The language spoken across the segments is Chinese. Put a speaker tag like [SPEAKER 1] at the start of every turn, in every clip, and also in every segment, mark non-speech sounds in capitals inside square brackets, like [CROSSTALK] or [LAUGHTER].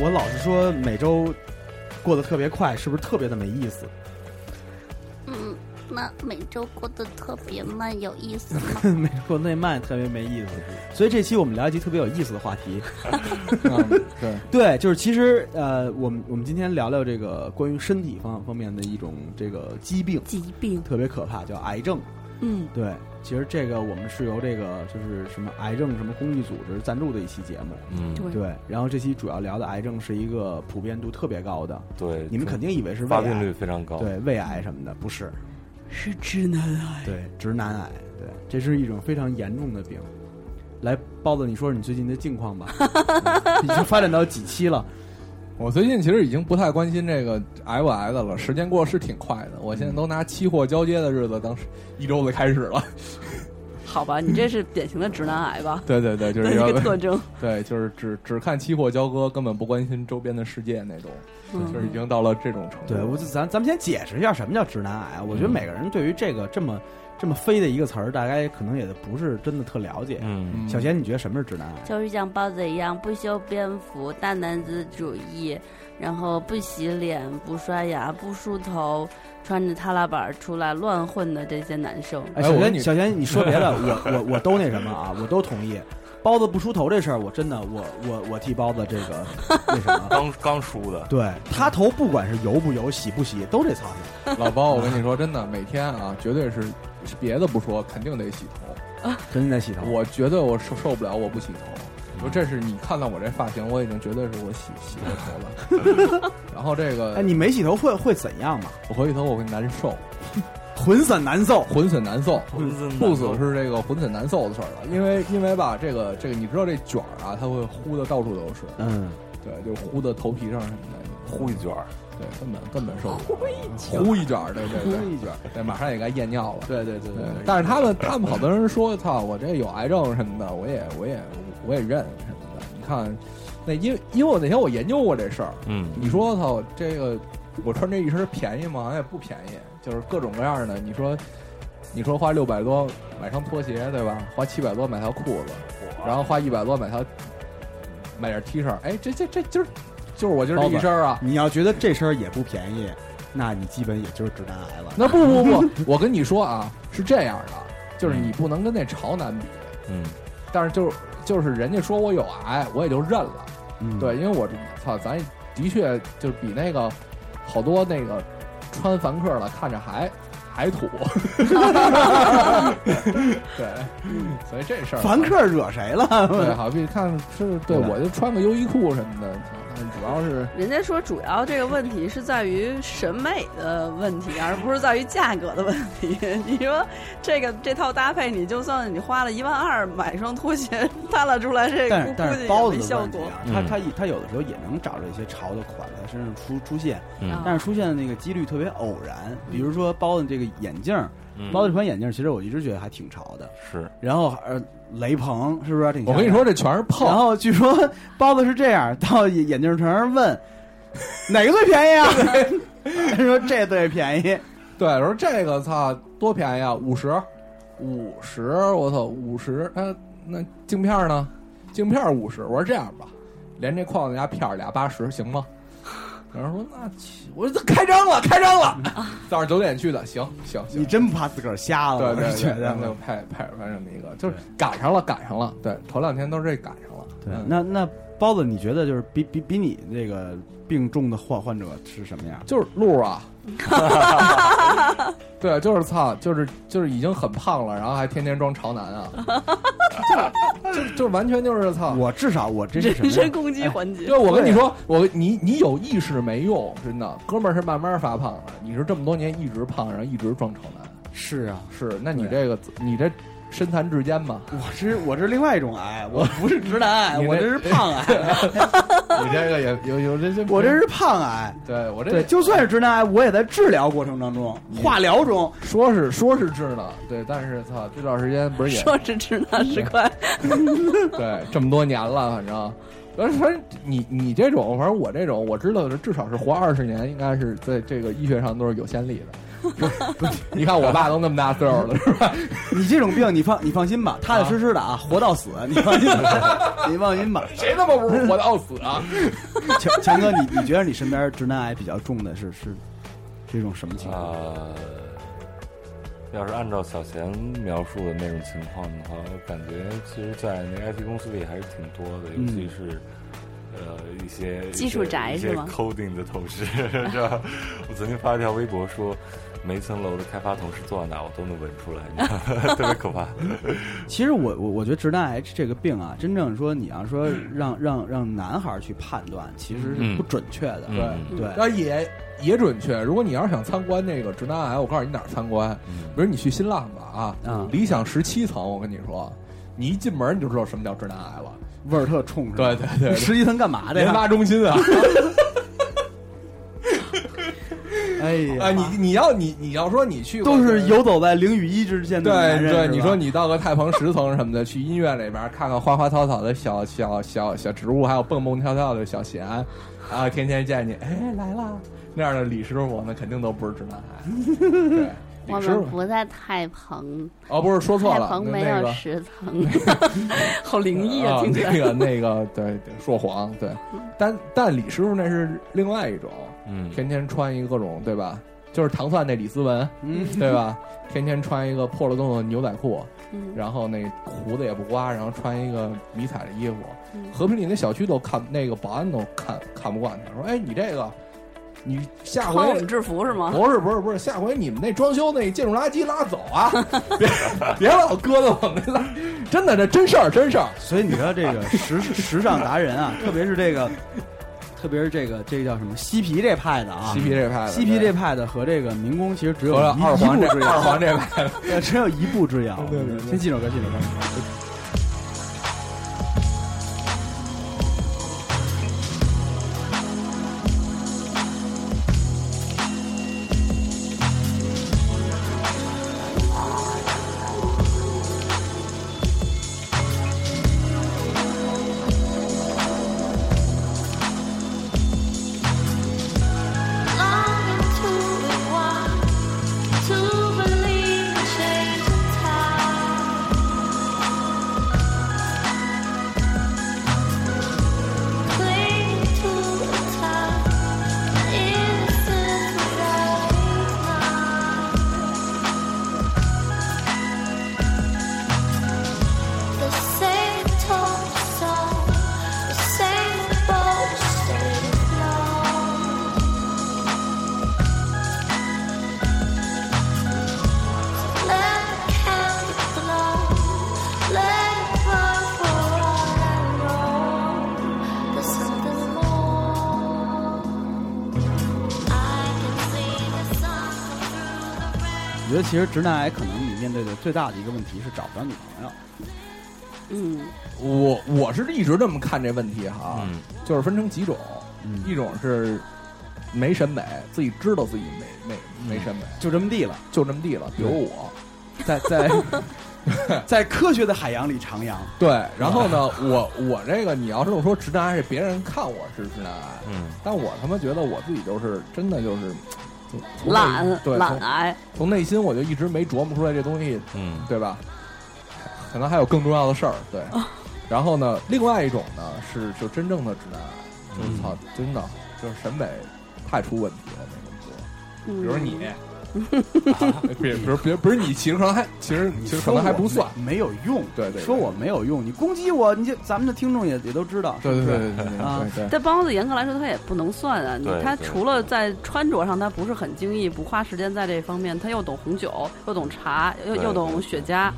[SPEAKER 1] 我老是说每周过得特别快，是不是特别的没意思？ [LAUGHS]
[SPEAKER 2] 嗯，那每周过得特别慢，有意思
[SPEAKER 3] [LAUGHS]
[SPEAKER 2] 吗？
[SPEAKER 1] 每周过得那慢特别没意思，所以这期我们聊一期特别有意思的话
[SPEAKER 4] [LAUGHS]
[SPEAKER 1] 题。
[SPEAKER 4] 啊
[SPEAKER 3] 嗯对，
[SPEAKER 1] [LAUGHS] 对，就是其实呃，我们我们今天聊聊这个关于身体方方面的一种这个疾病，
[SPEAKER 2] 疾病，
[SPEAKER 1] 特别可怕，叫癌症。
[SPEAKER 2] 嗯，
[SPEAKER 1] 对，其实这个我们是由这个就是什么癌症什么公益组织赞助的一期节目，
[SPEAKER 4] 嗯，
[SPEAKER 2] 对，
[SPEAKER 1] 对。然后这期主要聊的癌症是一个普遍度特别高的，
[SPEAKER 4] 对，
[SPEAKER 1] 你们肯定以为是胃
[SPEAKER 4] 发病率
[SPEAKER 1] 癌，
[SPEAKER 4] 非常高，
[SPEAKER 1] 对，胃癌什么的，不是，
[SPEAKER 2] 是直男
[SPEAKER 3] 哎
[SPEAKER 2] 癌。
[SPEAKER 1] 对，直男癌，对，这是一种非常严重的病。来，包子，你说说你最近的近况
[SPEAKER 3] [LAUGHS]
[SPEAKER 1] 吧，已经发展到几期了？
[SPEAKER 3] 我最近其实已经不太关心这个挨不挨的了，时间过得是挺快的。我现在都拿期货交接的日子当一周的开始了。？
[SPEAKER 5] 好吧，你这是典型的直男
[SPEAKER 1] [LAUGHS]
[SPEAKER 5] 癌吧
[SPEAKER 3] 对对对，就
[SPEAKER 5] 的
[SPEAKER 3] 是
[SPEAKER 5] 一
[SPEAKER 1] 啊
[SPEAKER 3] 要 [LAUGHS]
[SPEAKER 5] 个特征，
[SPEAKER 3] 对，就是只只看期货交割，根本不关心周边的世界那种，就是已
[SPEAKER 5] 嗯，
[SPEAKER 3] 经到了这种程度。
[SPEAKER 1] 对，我就咱咱们先解释一下什么叫直男癌。
[SPEAKER 3] 嗯
[SPEAKER 1] 我觉得每个人对于这个这么这么飞的一个词儿，大概可能也不是真的特了解。
[SPEAKER 4] 嗯，
[SPEAKER 3] 嗯
[SPEAKER 1] 小贤，你觉得什么是直男癌？
[SPEAKER 2] 就是像包子一样，不修边幅，大男子主义，然后不洗脸、不刷牙、不梳头，穿着踏拉板出来乱混的这些男生。
[SPEAKER 1] 哎，
[SPEAKER 3] 哎
[SPEAKER 1] 小
[SPEAKER 3] 我跟
[SPEAKER 1] 贤，
[SPEAKER 3] 你
[SPEAKER 1] 小贤，你说别
[SPEAKER 3] [LAUGHS]
[SPEAKER 1] 的，我我我都那什么啊，我都同意。包子不梳头这事儿，我真的，我我我替包子这个那什么，
[SPEAKER 4] 刚刚
[SPEAKER 1] [LAUGHS]
[SPEAKER 4] 输的，
[SPEAKER 1] 对他头不管是油不油、洗不洗，都得操心。
[SPEAKER 3] 老包，我跟你说，真的，每天啊，绝对是别的不说，肯定得洗头。
[SPEAKER 1] 真的在洗头，
[SPEAKER 3] 我绝对我受受不了，我不洗头。说这是你看到我这发型，我已经绝对是我洗洗过头了。然后这个，
[SPEAKER 1] 哎，你没洗头会会怎样嘛？
[SPEAKER 3] 我回去头我会难受，
[SPEAKER 1] 浑身难受。
[SPEAKER 3] 浑身难受。
[SPEAKER 4] 浑身难
[SPEAKER 3] 不
[SPEAKER 4] 受
[SPEAKER 3] 只是这个浑身难受的事儿了，因为因为吧，这个这个你知道这卷儿啊，它会呼的到处都是，
[SPEAKER 1] 嗯，
[SPEAKER 3] 对，就呼的头皮上什么的，
[SPEAKER 4] 呼一卷儿，
[SPEAKER 3] 对，根本根本受不了。呼一卷儿，对对对，
[SPEAKER 1] 呼一卷儿，
[SPEAKER 3] 对，马上也该验尿了。
[SPEAKER 1] 对对对
[SPEAKER 3] 对，但是他们他们好多人说，操，我这有癌症什么的，我也我也我也认什么的。你看，那因为因为我那天我研究过这事儿，
[SPEAKER 4] 嗯，
[SPEAKER 3] 你说操，这个我穿这一身便宜吗？好像也不便宜，就是各种各样的。你说，你说花六百多买双拖鞋，对吧？花七百多买条裤子，然后花一百多买条买件 T 恤。哎，这这这今儿就是我今儿这一身啊。
[SPEAKER 1] 你要觉得这身儿也不便宜，那你基本也就是直男癌了。
[SPEAKER 3] 那不不不，我跟你说啊，是这样的，就是你不能跟那潮男比，
[SPEAKER 4] 嗯，
[SPEAKER 3] 但是就是就是人家说我有癌，我也就认了。
[SPEAKER 1] 嗯
[SPEAKER 3] 对，因为我这操，咱的确就是比那个好多那个穿凡客的看着还还土， [LAUGHS] 对，所以这事儿
[SPEAKER 1] 凡客惹谁
[SPEAKER 3] 对，
[SPEAKER 1] 了？
[SPEAKER 3] 好比看是对我就穿个优衣库什么的，操但是主要是
[SPEAKER 5] 人家说主要这个问题是在于审美的问题，而不是在于价格的问题。 [LAUGHS] 你说这个这套搭配，你就算你花了一万二买双拖鞋， [LAUGHS] 搭了出来这
[SPEAKER 1] 但
[SPEAKER 5] 个
[SPEAKER 1] 是
[SPEAKER 5] 估
[SPEAKER 1] 但
[SPEAKER 5] 估计
[SPEAKER 1] 是
[SPEAKER 5] 也
[SPEAKER 1] 包
[SPEAKER 5] 没
[SPEAKER 1] 子的
[SPEAKER 5] 效
[SPEAKER 1] 问题
[SPEAKER 5] 果。
[SPEAKER 1] 啊，
[SPEAKER 4] 嗯
[SPEAKER 1] 他他他有的时候也能找着一些潮的款在身上出出现，
[SPEAKER 4] 嗯
[SPEAKER 5] 啊
[SPEAKER 1] 但是出现的那个几率特别偶然。比如说包子这个眼镜儿，
[SPEAKER 4] 嗯
[SPEAKER 1] 包子这款眼镜儿其实我一直觉得还挺潮的。
[SPEAKER 4] 是
[SPEAKER 1] 然后呃，雷朋是不是还挺？
[SPEAKER 3] 我跟你。说这全是
[SPEAKER 1] 然
[SPEAKER 3] 碰，
[SPEAKER 1] 后据说包子是这样，到眼镜城上
[SPEAKER 3] [LAUGHS]
[SPEAKER 1] 问哪个最便宜啊？他说这最便宜。
[SPEAKER 3] 对，我说这个操多便宜啊，五十，五十，我操五十，那那镜片呢？镜片五十，我说这样吧，连这框子加片儿俩八十行吗？然后说那去，我说开张了，开张了， [LAUGHS] 早上九点去的，行行行。
[SPEAKER 1] 你真不怕自个儿瞎了？
[SPEAKER 3] 对
[SPEAKER 1] 我
[SPEAKER 3] 对
[SPEAKER 1] 啊是
[SPEAKER 3] 对，
[SPEAKER 1] 觉得。
[SPEAKER 3] 就派派派这么一个，就是赶上了，赶上了。对，头两天都是这赶上了。
[SPEAKER 1] 对
[SPEAKER 3] 嗯，
[SPEAKER 1] 那那包子，你觉得就是比比比你这个病重的患患者是什么样？
[SPEAKER 3] 就是
[SPEAKER 1] [LAUGHS]
[SPEAKER 3] 路啊，对，啊就是操，就是就是已经很胖了，然后还天天装潮男
[SPEAKER 1] [LAUGHS]
[SPEAKER 3] 啊，就是就就完全就是操。
[SPEAKER 1] 我至少我这是什
[SPEAKER 5] 人
[SPEAKER 1] 么
[SPEAKER 5] 身
[SPEAKER 1] 呀？哎
[SPEAKER 5] 攻击环节
[SPEAKER 3] 对，，啊我跟你说，我你你有意识没用，真的，哥们儿是慢慢发胖的，你是这么多年一直胖，然后一直装潮男，
[SPEAKER 1] 是啊，
[SPEAKER 3] 是，那你
[SPEAKER 1] 对
[SPEAKER 3] 这个你这身残志坚嘛，
[SPEAKER 1] 我是我是另外一种癌，我不是直男癌，
[SPEAKER 3] [LAUGHS] 你这
[SPEAKER 1] 我这是胖
[SPEAKER 3] [LAUGHS]
[SPEAKER 1] 癌，
[SPEAKER 3] [LAUGHS] 你这个也有有这这，
[SPEAKER 1] 我这是胖癌。
[SPEAKER 3] 对我这
[SPEAKER 1] 对，就算是直男癌，我也在治疗过程当中，化疗中。
[SPEAKER 3] 说是说是治呢，对，但是操，这段时间不是也
[SPEAKER 5] 说是直男是快，
[SPEAKER 1] 嗯
[SPEAKER 3] [LAUGHS] 对这么多年了，反正。反正反正你你这种，反正我这种，我知道的至少是活二十年，应该是在这个医学上都是有先例的。 [LAUGHS] 你看我爸都那么大岁数了，是吧？ [LAUGHS]
[SPEAKER 1] 你这种病，你放你放心吧，踏踏实实的啊，活到死，你放心
[SPEAKER 3] [LAUGHS]
[SPEAKER 1] 吧，你放心吧。
[SPEAKER 3] 谁他妈不是活到死 [LAUGHS] 啊？
[SPEAKER 1] 强强哥，你你觉得你身边直男癌比较重的是是这种什么情
[SPEAKER 3] 啊
[SPEAKER 1] 况？
[SPEAKER 4] 呃，要是按照小贤描述的那种情况的话，我感觉其实，在那个 IT 公司里还是挺多的，
[SPEAKER 1] 嗯
[SPEAKER 4] 尤其是。呃，一些
[SPEAKER 2] 技术宅
[SPEAKER 4] 一些
[SPEAKER 2] 是吗
[SPEAKER 4] 一些？coding 的同事， [LAUGHS] 是吧？我曾经发一条微博说，每一层楼的开发同事坐在哪，我都能闻出来，你知道吗 [LAUGHS] 特别可怕。
[SPEAKER 1] 其实我我我觉得直男癌这个病啊，真正说你要说
[SPEAKER 3] 嗯
[SPEAKER 1] 让让让男孩去判断，其实是不准确的。
[SPEAKER 4] 嗯嗯
[SPEAKER 1] 对
[SPEAKER 3] 那也也准确。如果你要是想参观那个直男癌，我告诉你哪儿参观，比如你去新浪吧啊，
[SPEAKER 1] 嗯
[SPEAKER 3] 理想十七层，我跟你说，你一进门你就知道什么叫直男癌了。
[SPEAKER 1] 味儿特冲是吧？
[SPEAKER 3] 对对对对
[SPEAKER 1] 实际层干嘛的
[SPEAKER 3] 研
[SPEAKER 1] 呀？
[SPEAKER 3] 发中心啊，
[SPEAKER 1] 哎
[SPEAKER 3] [LAUGHS]
[SPEAKER 1] 呀，
[SPEAKER 3] 啊，你你要你你要说你去过
[SPEAKER 1] 都是游走在零与一 [LAUGHS] 之间的
[SPEAKER 3] 对
[SPEAKER 1] 男人。
[SPEAKER 3] 对，
[SPEAKER 1] 是吧
[SPEAKER 3] 你说你到个太棚十层什么的，去音乐里边看看花花草草的小小小小植物，还有蹦蹦跳跳的小贤，啊，天天见你，哎来啦，那样的李师傅那肯定都不是直男癌。
[SPEAKER 1] [LAUGHS]
[SPEAKER 3] 对，
[SPEAKER 2] 我
[SPEAKER 3] 李师
[SPEAKER 2] 们
[SPEAKER 3] 傅
[SPEAKER 2] 不在太棚，
[SPEAKER 3] 哦，不是说错
[SPEAKER 2] 太
[SPEAKER 3] 了，
[SPEAKER 2] 棚
[SPEAKER 3] 那
[SPEAKER 2] 没
[SPEAKER 3] 那
[SPEAKER 2] 有
[SPEAKER 3] 个
[SPEAKER 2] 十层， [LAUGHS] 好灵异
[SPEAKER 3] 啊
[SPEAKER 2] 啊！听起来嗯
[SPEAKER 3] 那个那个对对说谎对，但但李师傅那是另外一种，
[SPEAKER 4] 嗯，
[SPEAKER 3] 天天穿一个各种对吧？就是糖蒜那李思文，
[SPEAKER 1] 嗯，
[SPEAKER 3] 对吧？天天穿一个破了洞的牛仔裤，
[SPEAKER 2] 嗯
[SPEAKER 3] 然后那胡子也不刮，然后穿一个迷彩的衣服。
[SPEAKER 2] 嗯
[SPEAKER 3] 和平里那小区都看那个保安都看看不惯他，说：“哎，你这个，你下
[SPEAKER 5] 穿哦我
[SPEAKER 3] 回
[SPEAKER 5] 们制服是吗？
[SPEAKER 3] 不是不是不是，下回你们那装修那建筑垃圾拉走啊， [LAUGHS] 别别老搁到我们那垃圾，真的这真事儿真事儿。”
[SPEAKER 1] 所以你说这个时 [LAUGHS] 时尚达人啊，特别是这个，特别是这个这个叫什么嬉皮这派的啊，
[SPEAKER 3] 嬉皮这派的，
[SPEAKER 1] 嬉皮
[SPEAKER 3] 对
[SPEAKER 1] 这派的和这个民工其实只有
[SPEAKER 3] 和
[SPEAKER 1] 一
[SPEAKER 3] 二黄这
[SPEAKER 1] 一步之
[SPEAKER 3] 二
[SPEAKER 1] 遥，
[SPEAKER 3] 黄这派的，
[SPEAKER 1] 呃只有一步之遥。
[SPEAKER 3] 对对对
[SPEAKER 1] 先进首歌，进首歌。
[SPEAKER 6] Longing to be one, to believe in change of time. Clinging to the time, innocence without regard. The same tone song, the same boat stays long. Let the candle glow, let it burn for all that wrong. There's something more. I can see the sun through the rain.
[SPEAKER 1] 我觉得其实直男癌可能你面对的最大的一个问题是找不着女朋友。
[SPEAKER 2] 嗯，
[SPEAKER 3] [LAUGHS] 我我是一直这么看这问题
[SPEAKER 1] 啊
[SPEAKER 3] 哈，
[SPEAKER 4] 嗯
[SPEAKER 3] 就是分成几种，
[SPEAKER 1] 嗯
[SPEAKER 3] 一种是没审美，自己知道自己没
[SPEAKER 4] 嗯
[SPEAKER 3] 没没审美，
[SPEAKER 1] 就这么地了，
[SPEAKER 3] 就这么地了。比如我，
[SPEAKER 1] 在 [LAUGHS] 在在科学的海洋里徜徉。
[SPEAKER 3] 对，然后呢，
[SPEAKER 4] 嗯
[SPEAKER 3] 我我这个你要是我说直男癌，是别人看我是直男癌，
[SPEAKER 4] 嗯，
[SPEAKER 3] 但我他妈觉得我自己就是真的就是就从内
[SPEAKER 2] 懒
[SPEAKER 3] 对，
[SPEAKER 2] 懒啊
[SPEAKER 3] 从
[SPEAKER 2] 癌，
[SPEAKER 3] 从内心我就一直没琢磨出来这东西
[SPEAKER 4] 嗯
[SPEAKER 3] 对吧？可能还有更重要的事儿，对。
[SPEAKER 2] 哦
[SPEAKER 3] 然后呢，另外一种呢是就真正的直男癌，就是
[SPEAKER 4] 嗯
[SPEAKER 3] 操，真的就是审美太出问题了那工作，
[SPEAKER 2] 嗯
[SPEAKER 3] 比如你。啊 [LAUGHS] 比比如比如不是你，其实可能还其实其实可能还不算，
[SPEAKER 1] 没有用。
[SPEAKER 3] 对对对
[SPEAKER 1] 说我没有用，你攻击我，你就咱们的听众也也都知道。
[SPEAKER 3] 对对
[SPEAKER 1] 是不
[SPEAKER 3] 对
[SPEAKER 1] 是
[SPEAKER 3] 对对
[SPEAKER 1] 啊
[SPEAKER 3] 对对对，
[SPEAKER 2] 但包子严格来说，他也不能算啊。你
[SPEAKER 4] 对
[SPEAKER 2] 他
[SPEAKER 4] 对
[SPEAKER 2] 除了在穿着上，他不是很精益，不花时间在这方面，他又懂红酒，又懂茶，又
[SPEAKER 4] 对
[SPEAKER 2] 又懂
[SPEAKER 4] 对
[SPEAKER 2] 雪茄，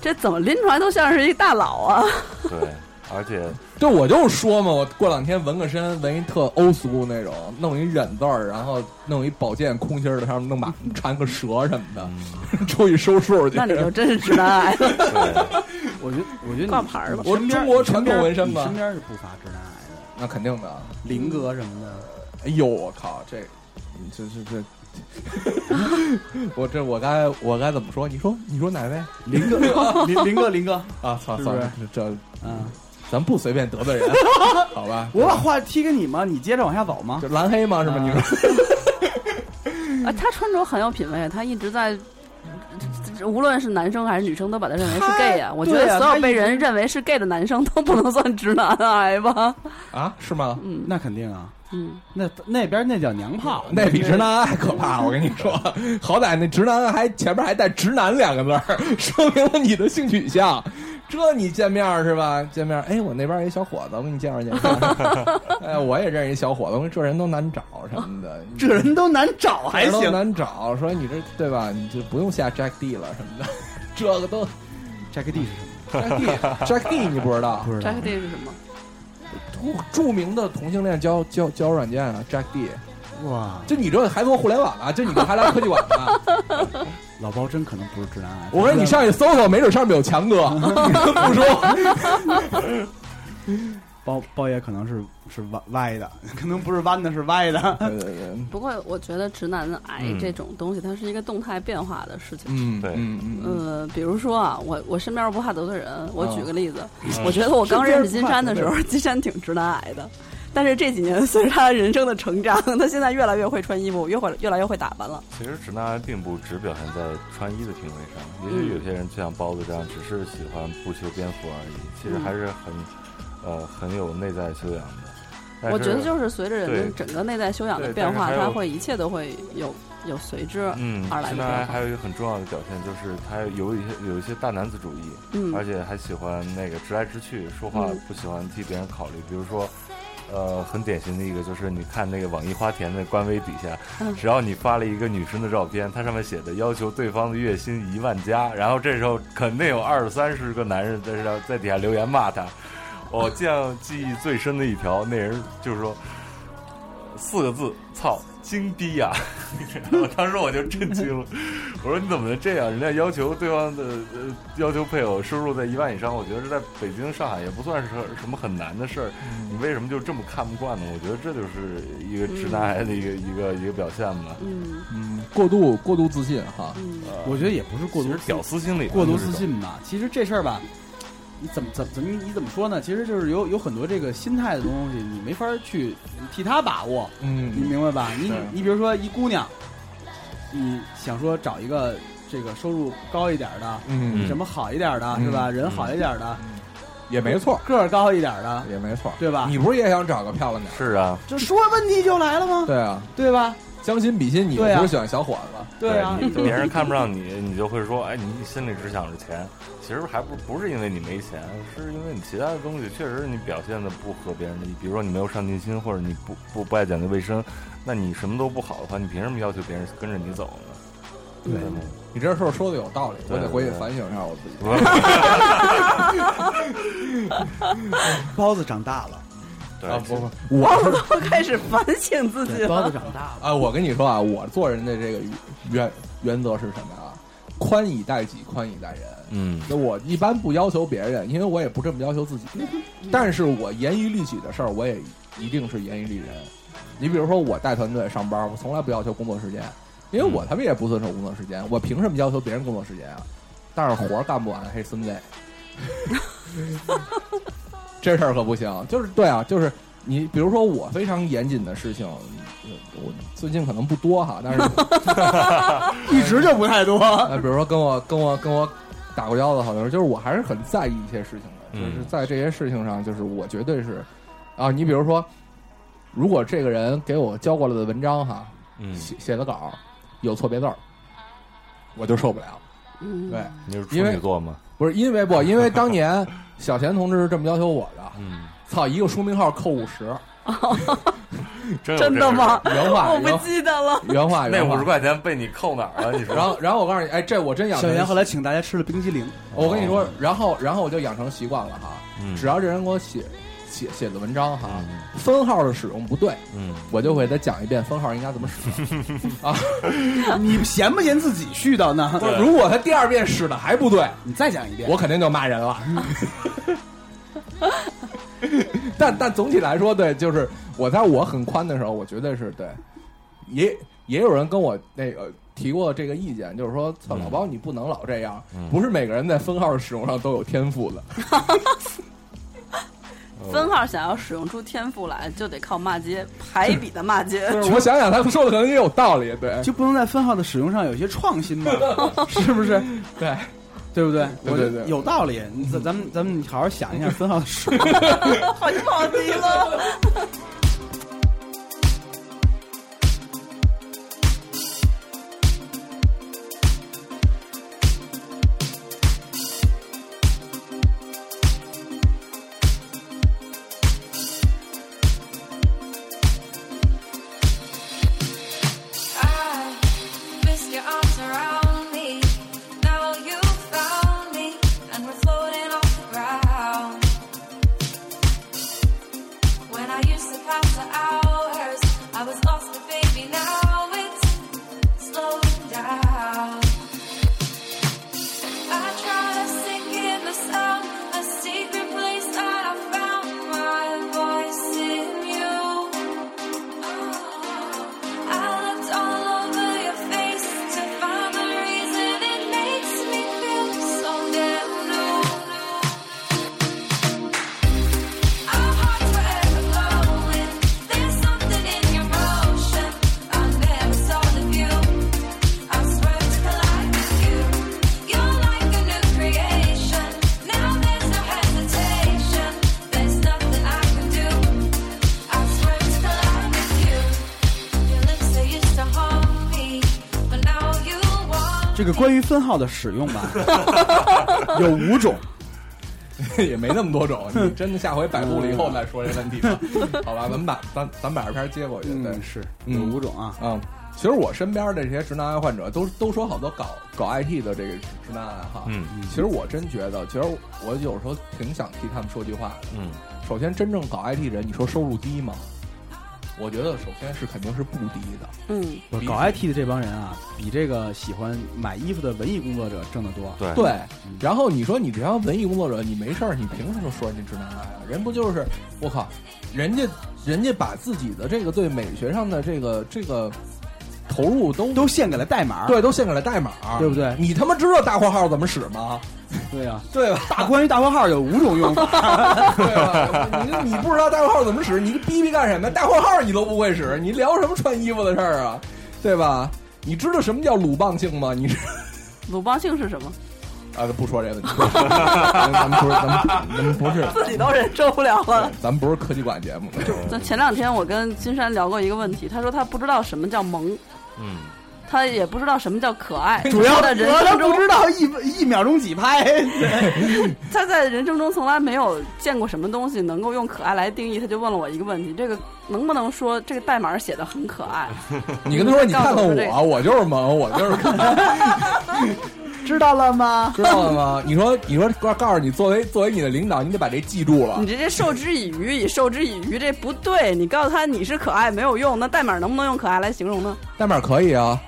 [SPEAKER 2] 这怎么拎出来都像是一大佬
[SPEAKER 4] [LAUGHS]
[SPEAKER 2] 啊！
[SPEAKER 4] 对，而且
[SPEAKER 3] [LAUGHS] 对我就说嘛，我过两天纹个身，纹一特欧俗那种，弄一忍字儿，然后弄一宝剑空心儿的，上面弄把缠个蛇什么的， [LAUGHS] 出去收数去。
[SPEAKER 2] 那你就真是直男癌。
[SPEAKER 4] 对，
[SPEAKER 1] 我觉得我觉得你
[SPEAKER 2] 挂牌儿吧
[SPEAKER 1] 你身边
[SPEAKER 3] 我中国传统
[SPEAKER 1] 你身边
[SPEAKER 3] 纹身吧
[SPEAKER 1] 你身边是不乏直男癌的，
[SPEAKER 3] 那肯定的，
[SPEAKER 1] 林哥什么的，
[SPEAKER 3] 哎呦，我靠，这，你嗯这这这，我这 [LAUGHS] 我该我该怎么说？你说你说哪位
[SPEAKER 1] [LAUGHS] 林哥林林哥林哥，
[SPEAKER 3] 啊？操
[SPEAKER 1] 是不
[SPEAKER 3] 操
[SPEAKER 1] 是，
[SPEAKER 3] 这这
[SPEAKER 1] [LAUGHS] 嗯，
[SPEAKER 3] 咱不随便得罪人，好吧？
[SPEAKER 1] 我把话踢给你吗？你接着往下走吗
[SPEAKER 3] 就？蓝黑嘛，是吧？
[SPEAKER 1] 啊
[SPEAKER 3] 你说，
[SPEAKER 5] [LAUGHS] 啊，他穿着很有品味，他一直在，无论是男生还是女生，都把他认为是 gay 啊。我觉
[SPEAKER 1] 对啊
[SPEAKER 5] 得所
[SPEAKER 1] 他
[SPEAKER 5] 有被
[SPEAKER 1] 一直
[SPEAKER 5] 人认为是 gay 的男生都不能算直男癌吧？
[SPEAKER 3] 啊，是吗？
[SPEAKER 5] 嗯
[SPEAKER 1] 那肯定啊，
[SPEAKER 5] 嗯，
[SPEAKER 1] 那那边那叫娘炮，
[SPEAKER 3] 那比直男癌还可怕，我跟你说，好歹那直男癌还前面还带“直男”两个字儿， [LAUGHS] 说明了你的性取向。这你见面儿是吧？见面儿，哎，我那边儿有一小伙子，我给你介绍介绍。 [LAUGHS] 哎，我也认识一小伙子，我说这人都难找什么的，
[SPEAKER 1] 这人都难找还
[SPEAKER 3] 这人都
[SPEAKER 1] 行
[SPEAKER 3] 难找。说你这对吧？你就不用下 Jack D 了什么的， [LAUGHS] 这个都
[SPEAKER 1] ，Jack D 是什么？
[SPEAKER 3] Jack D Jack D 你不知道？
[SPEAKER 1] 不知道
[SPEAKER 5] 扎克蒂是什么？
[SPEAKER 3] 著著名的同性恋交交交友软件啊，Jack D。
[SPEAKER 1] 哇，
[SPEAKER 3] 就你这还做互联网啊？就你这还来科技馆呢？
[SPEAKER 1] 老包真可能不是直男癌。
[SPEAKER 3] 我说你上去搜搜，没准上面有强哥。不说，
[SPEAKER 1] 包包爷可能是是弯歪的， [LAUGHS] 可能不是弯的，是歪的。
[SPEAKER 3] 对对对，
[SPEAKER 5] 不过我觉得直男癌
[SPEAKER 4] 嗯
[SPEAKER 5] 这种东西，它是一个动态变化的事情。
[SPEAKER 3] 嗯，
[SPEAKER 4] 对
[SPEAKER 3] 嗯嗯
[SPEAKER 5] 呃，比如说啊，我我身边不怕得罪人，我举个例子，
[SPEAKER 4] 嗯
[SPEAKER 5] 我觉得我刚认识金山的时候，金山挺直男癌的。但是这几年随着他人生的成长，他现在越来越会穿衣服，越会越来越会打扮了。
[SPEAKER 4] 其实直男癌并不只表现在穿衣的品味上，也许有些人就像包子这样，只是喜欢不修边幅而已，其实还是很，呃，很有内在修养的。但
[SPEAKER 5] 我觉得
[SPEAKER 4] 是
[SPEAKER 5] 就是随着人的
[SPEAKER 4] 对
[SPEAKER 5] 整个内在修养的
[SPEAKER 4] 对
[SPEAKER 5] 变化，
[SPEAKER 4] 但是还
[SPEAKER 5] 他
[SPEAKER 4] 有
[SPEAKER 5] 会一切都会有有随之。
[SPEAKER 4] 嗯，
[SPEAKER 5] 而来的
[SPEAKER 4] 直男
[SPEAKER 5] 变
[SPEAKER 4] 癌
[SPEAKER 5] 化
[SPEAKER 4] 还有一个很重要的表现就是他有一些有一些大男子主义，
[SPEAKER 5] 嗯
[SPEAKER 4] 而且还喜欢那个直来直去，说话
[SPEAKER 5] 嗯
[SPEAKER 4] 不喜欢替别人考虑。比如说，呃，很典型的一个就是，你看那个网易花田的官微底下，
[SPEAKER 5] 嗯
[SPEAKER 4] 只要你发了一个女生的照片，它上面写的要求对方的月薪一万加，然后这时候肯定有二三十个男人在这在底下留言骂
[SPEAKER 5] [LAUGHS]
[SPEAKER 4] 他。我见到记忆最深的一条，那人就是说四个字：操，金逼呀、 [LAUGHS] 我当时我就震惊了，我说你怎么能这样？人家要求对方的呃要求配偶收入在一万以上，我觉得是在北京、上海也不算是什么很难的事儿，
[SPEAKER 1] 嗯
[SPEAKER 4] 你为什么就这么看不惯呢？我觉得这就是一个直男癌的一个、一个一个表现吧。
[SPEAKER 5] 嗯
[SPEAKER 3] 嗯，过度过度自信哈，
[SPEAKER 5] 嗯
[SPEAKER 1] [LAUGHS]
[SPEAKER 4] 哦
[SPEAKER 5] [LAUGHS]
[SPEAKER 1] 我觉得也不是过
[SPEAKER 4] 其
[SPEAKER 1] 度
[SPEAKER 4] 实
[SPEAKER 1] 自
[SPEAKER 4] 屌丝心理，
[SPEAKER 1] 过度自。信吧。其实这事儿吧，你怎么怎么怎么你怎么说呢？其实就是有有很多这个心态的东西，你没法儿去替他把握，你
[SPEAKER 3] 嗯，
[SPEAKER 1] 明白吧？你
[SPEAKER 3] 对
[SPEAKER 1] 你比如说一姑娘，你想说找一个这个收入高一点儿的，
[SPEAKER 3] 嗯
[SPEAKER 1] 什么好一点儿的，
[SPEAKER 3] 嗯
[SPEAKER 1] 是吧？人好一点儿的，
[SPEAKER 3] 也没错，
[SPEAKER 1] 个儿高一点儿的，
[SPEAKER 3] 也没错，
[SPEAKER 1] 对吧
[SPEAKER 3] 你不是也想找个漂
[SPEAKER 4] [LAUGHS]
[SPEAKER 3] 亮点儿？
[SPEAKER 4] 是啊，
[SPEAKER 1] 就说问题就来了吗？
[SPEAKER 3] 对啊，
[SPEAKER 1] 对吧？
[SPEAKER 3] 将心比心，你又
[SPEAKER 1] 对啊
[SPEAKER 3] 不是喜欢小伙子？
[SPEAKER 1] 对啊，
[SPEAKER 4] 你别人看不上你，你就会说，哎，你心里只想着钱。其实还不不是因为你没钱，是因为你其他的东西确实你表现的不合别人的意，比如说你没有上进心，或者你不不不爱讲究卫生，那你什么都不好的话，你凭什么要求别人跟着你走呢？ [LAUGHS]
[SPEAKER 1] 对
[SPEAKER 4] 吗？
[SPEAKER 3] 你这事儿说的有道理，我
[SPEAKER 4] 对
[SPEAKER 3] 得回去
[SPEAKER 4] 对
[SPEAKER 3] 反省一下我自己。
[SPEAKER 1] 包子长大了，
[SPEAKER 4] 对
[SPEAKER 3] 啊，不不，我是
[SPEAKER 5] 都开始反省自己
[SPEAKER 1] 对，包
[SPEAKER 5] 了
[SPEAKER 1] 子。长大了，
[SPEAKER 3] 啊，我跟你说啊，我做人的这个原原则是什么啊？宽以待己，宽以待人。
[SPEAKER 4] 嗯，
[SPEAKER 3] 那我一般不要求别人，因为我也不这么要求自己。但是我严于律己的事儿，我也一定是严于律人。你比如说，我带团队上班，我从来不要求工作时间，因为我他妈也不遵守工作时间，我凭什么要求别人工作时间啊？但是活儿干不完还真累， [LAUGHS] 这事儿可不行。就是对啊，就是你比如说我非常严谨的事情，嗯我最近可能不多哈，但是
[SPEAKER 1] [LAUGHS] 一直就不太多。
[SPEAKER 3] 呃，比如说跟我跟我跟我打过交道的好多人，就是我还是很在意一些事情的，
[SPEAKER 4] 嗯
[SPEAKER 3] 就是在这些事情上，就是我绝对是，啊，你比如说，如果这个人给我交过来的文章哈，
[SPEAKER 4] 嗯，
[SPEAKER 3] 写写的稿有错别字儿，我就受不了。
[SPEAKER 5] 嗯，
[SPEAKER 3] 对，
[SPEAKER 4] 你是处
[SPEAKER 3] 因为
[SPEAKER 4] 女座吗？
[SPEAKER 3] 不是因为不，因为当年小贤同志是这么要求我的，
[SPEAKER 4] 嗯，
[SPEAKER 3] 操，一个书名号扣五十，
[SPEAKER 4] 嗯真有
[SPEAKER 5] 真
[SPEAKER 4] 这
[SPEAKER 5] 的
[SPEAKER 4] 事
[SPEAKER 5] 吗？
[SPEAKER 3] 原
[SPEAKER 5] [LAUGHS]
[SPEAKER 3] 话
[SPEAKER 5] 我
[SPEAKER 3] 原
[SPEAKER 5] 不记得了。
[SPEAKER 3] 原话
[SPEAKER 4] 儿？ [LAUGHS] 那
[SPEAKER 3] 原
[SPEAKER 4] 五十
[SPEAKER 3] 话。
[SPEAKER 4] 块钱被你扣哪儿了？你说，
[SPEAKER 3] 哎然后，然后我告诉你，哎，这我真养
[SPEAKER 1] 小
[SPEAKER 3] 成
[SPEAKER 1] 袁后来请大家吃了冰激凌，
[SPEAKER 3] 我跟你说，然后，然后我就养成习惯了哈。
[SPEAKER 4] 哦嗯
[SPEAKER 3] 只要这人给我写写写的文章哈，
[SPEAKER 4] 嗯
[SPEAKER 3] 分号的使用不对，
[SPEAKER 4] 嗯，
[SPEAKER 3] 我就会给他讲一遍分号应该怎
[SPEAKER 4] [LAUGHS]
[SPEAKER 3] 么使。
[SPEAKER 1] [LAUGHS] 你嫌不嫌自己絮叨呢？
[SPEAKER 4] 对
[SPEAKER 3] 如果他第二遍使的还不对，
[SPEAKER 1] 你再讲一遍，
[SPEAKER 3] 我肯定就骂人了。
[SPEAKER 4] [LAUGHS]
[SPEAKER 3] 但但总体来说，对，就是我在我很宽的时候，我绝对是对。也也有人跟我那个提过这个意见，就是说，操老包，你不能老这样，
[SPEAKER 4] 嗯
[SPEAKER 3] 不是每个人在分号的使用上都有天赋的。
[SPEAKER 5] 分号想要使用出天赋来，就得靠骂街，排比的骂街。
[SPEAKER 3] 就是我想想，他们说的可能也有道理，对
[SPEAKER 1] 就不能在分号的使用上有一些创 [LAUGHS] 新吗？
[SPEAKER 3] [LAUGHS]
[SPEAKER 1] 是不是？
[SPEAKER 3] 对，
[SPEAKER 1] 对不对？
[SPEAKER 3] 对
[SPEAKER 1] 我
[SPEAKER 3] 对
[SPEAKER 1] 觉得
[SPEAKER 3] 对
[SPEAKER 1] 有道理。你咱咱们咱们好好想一下分号的使用。
[SPEAKER 5] [LAUGHS]
[SPEAKER 1] [LAUGHS]
[SPEAKER 5] 好你跑题了。
[SPEAKER 7] I twist your arms around me. Now you found me, and we're floating off the ground. When I used to pass the hours, I was lost, but baby, now it's slowing down. I try to sink in the sound, a secret place that I found my voice in you. I looked all over your face to find the reason it makes me feel so damn blue. Our hearts were ever There's something in your motion I never saw the view. I swear to collide with you. You're like a new creation. Now there's no hesitation. There's nothing I can do. I swear to collide with you. Your lips they used to harm me, but now you want
[SPEAKER 1] 这个关于分号的使用 [LAUGHS] 吧，有五种。
[SPEAKER 3] [LAUGHS] 也没那么多种。你真的下回百度了以后再说这问题 [LAUGHS] 吧，好吧？咱们把咱咱把这篇接过去，对，
[SPEAKER 1] 是
[SPEAKER 3] 嗯
[SPEAKER 1] 有五种啊。
[SPEAKER 3] 嗯，其实我身边的这些直男癌患者都都说好多搞搞 IT 的这个直男癌哈。
[SPEAKER 4] 嗯
[SPEAKER 3] 其实我真觉得，其实我有时候挺想替他们说句话的。
[SPEAKER 4] 嗯，
[SPEAKER 3] 首先，真正搞 IT 人，你说收入低吗？我觉得首先是肯定是不低的。
[SPEAKER 2] 嗯，
[SPEAKER 1] 不是搞 IT 的这帮人啊，比这个喜欢买衣服的文艺工作者挣得多。
[SPEAKER 4] 对
[SPEAKER 3] 对，然后你说你这帮文艺工作者，你没事儿，你凭什么说人家直男癌啊？人不就是我靠，人家人家把自己的这个对美学上的这个这个投入都
[SPEAKER 1] 都献给了代码。
[SPEAKER 3] 对都献给了代码，
[SPEAKER 1] 对不对
[SPEAKER 3] 你他妈知道大括号怎么使吗？
[SPEAKER 1] 对啊，
[SPEAKER 3] 对吧？
[SPEAKER 1] 大关于大括号有五种 [LAUGHS] 用法。
[SPEAKER 3] [LAUGHS] 对吧？你你不知道大括号怎么使，你个逼逼干什么？大括号你都不会使，你聊什么穿衣服的事儿啊？对吧？你知道什么叫鲁棒性吗？你知
[SPEAKER 5] 鲁邦性是什么？
[SPEAKER 3] 啊，不说这个问题，咱们不是，咱们咱们不是，
[SPEAKER 5] 自己都忍受不了了。
[SPEAKER 3] 咱们不是科技馆节
[SPEAKER 5] [LAUGHS]
[SPEAKER 3] 目。
[SPEAKER 5] 那前两天我跟金山聊过一个问题，他说他不知道什么叫萌，
[SPEAKER 4] 嗯，
[SPEAKER 5] 他也不知道什么叫可爱。
[SPEAKER 1] 主要
[SPEAKER 5] 他在人生
[SPEAKER 1] 不
[SPEAKER 5] 中，
[SPEAKER 1] 知道一一秒钟几拍。
[SPEAKER 5] 他在人生中从来没有见过什么东西能够用可爱来定义，他就问了我一个问题：这个能不能说这个代码写的很可爱？
[SPEAKER 3] 你跟他说，你看看我，我就是萌， [LAUGHS] 我就是可
[SPEAKER 5] [LAUGHS]
[SPEAKER 3] 爱，
[SPEAKER 1] 知道了吗？
[SPEAKER 3] 知道了吗？你说，你说，告告诉你，作为作为你的领导，你得把这记住了
[SPEAKER 5] 你。这这授之以鱼，以授之以渔，这不对。你告诉他你是可爱没有用，那代码能不能用可爱来形容呢？
[SPEAKER 3] 代码可以啊，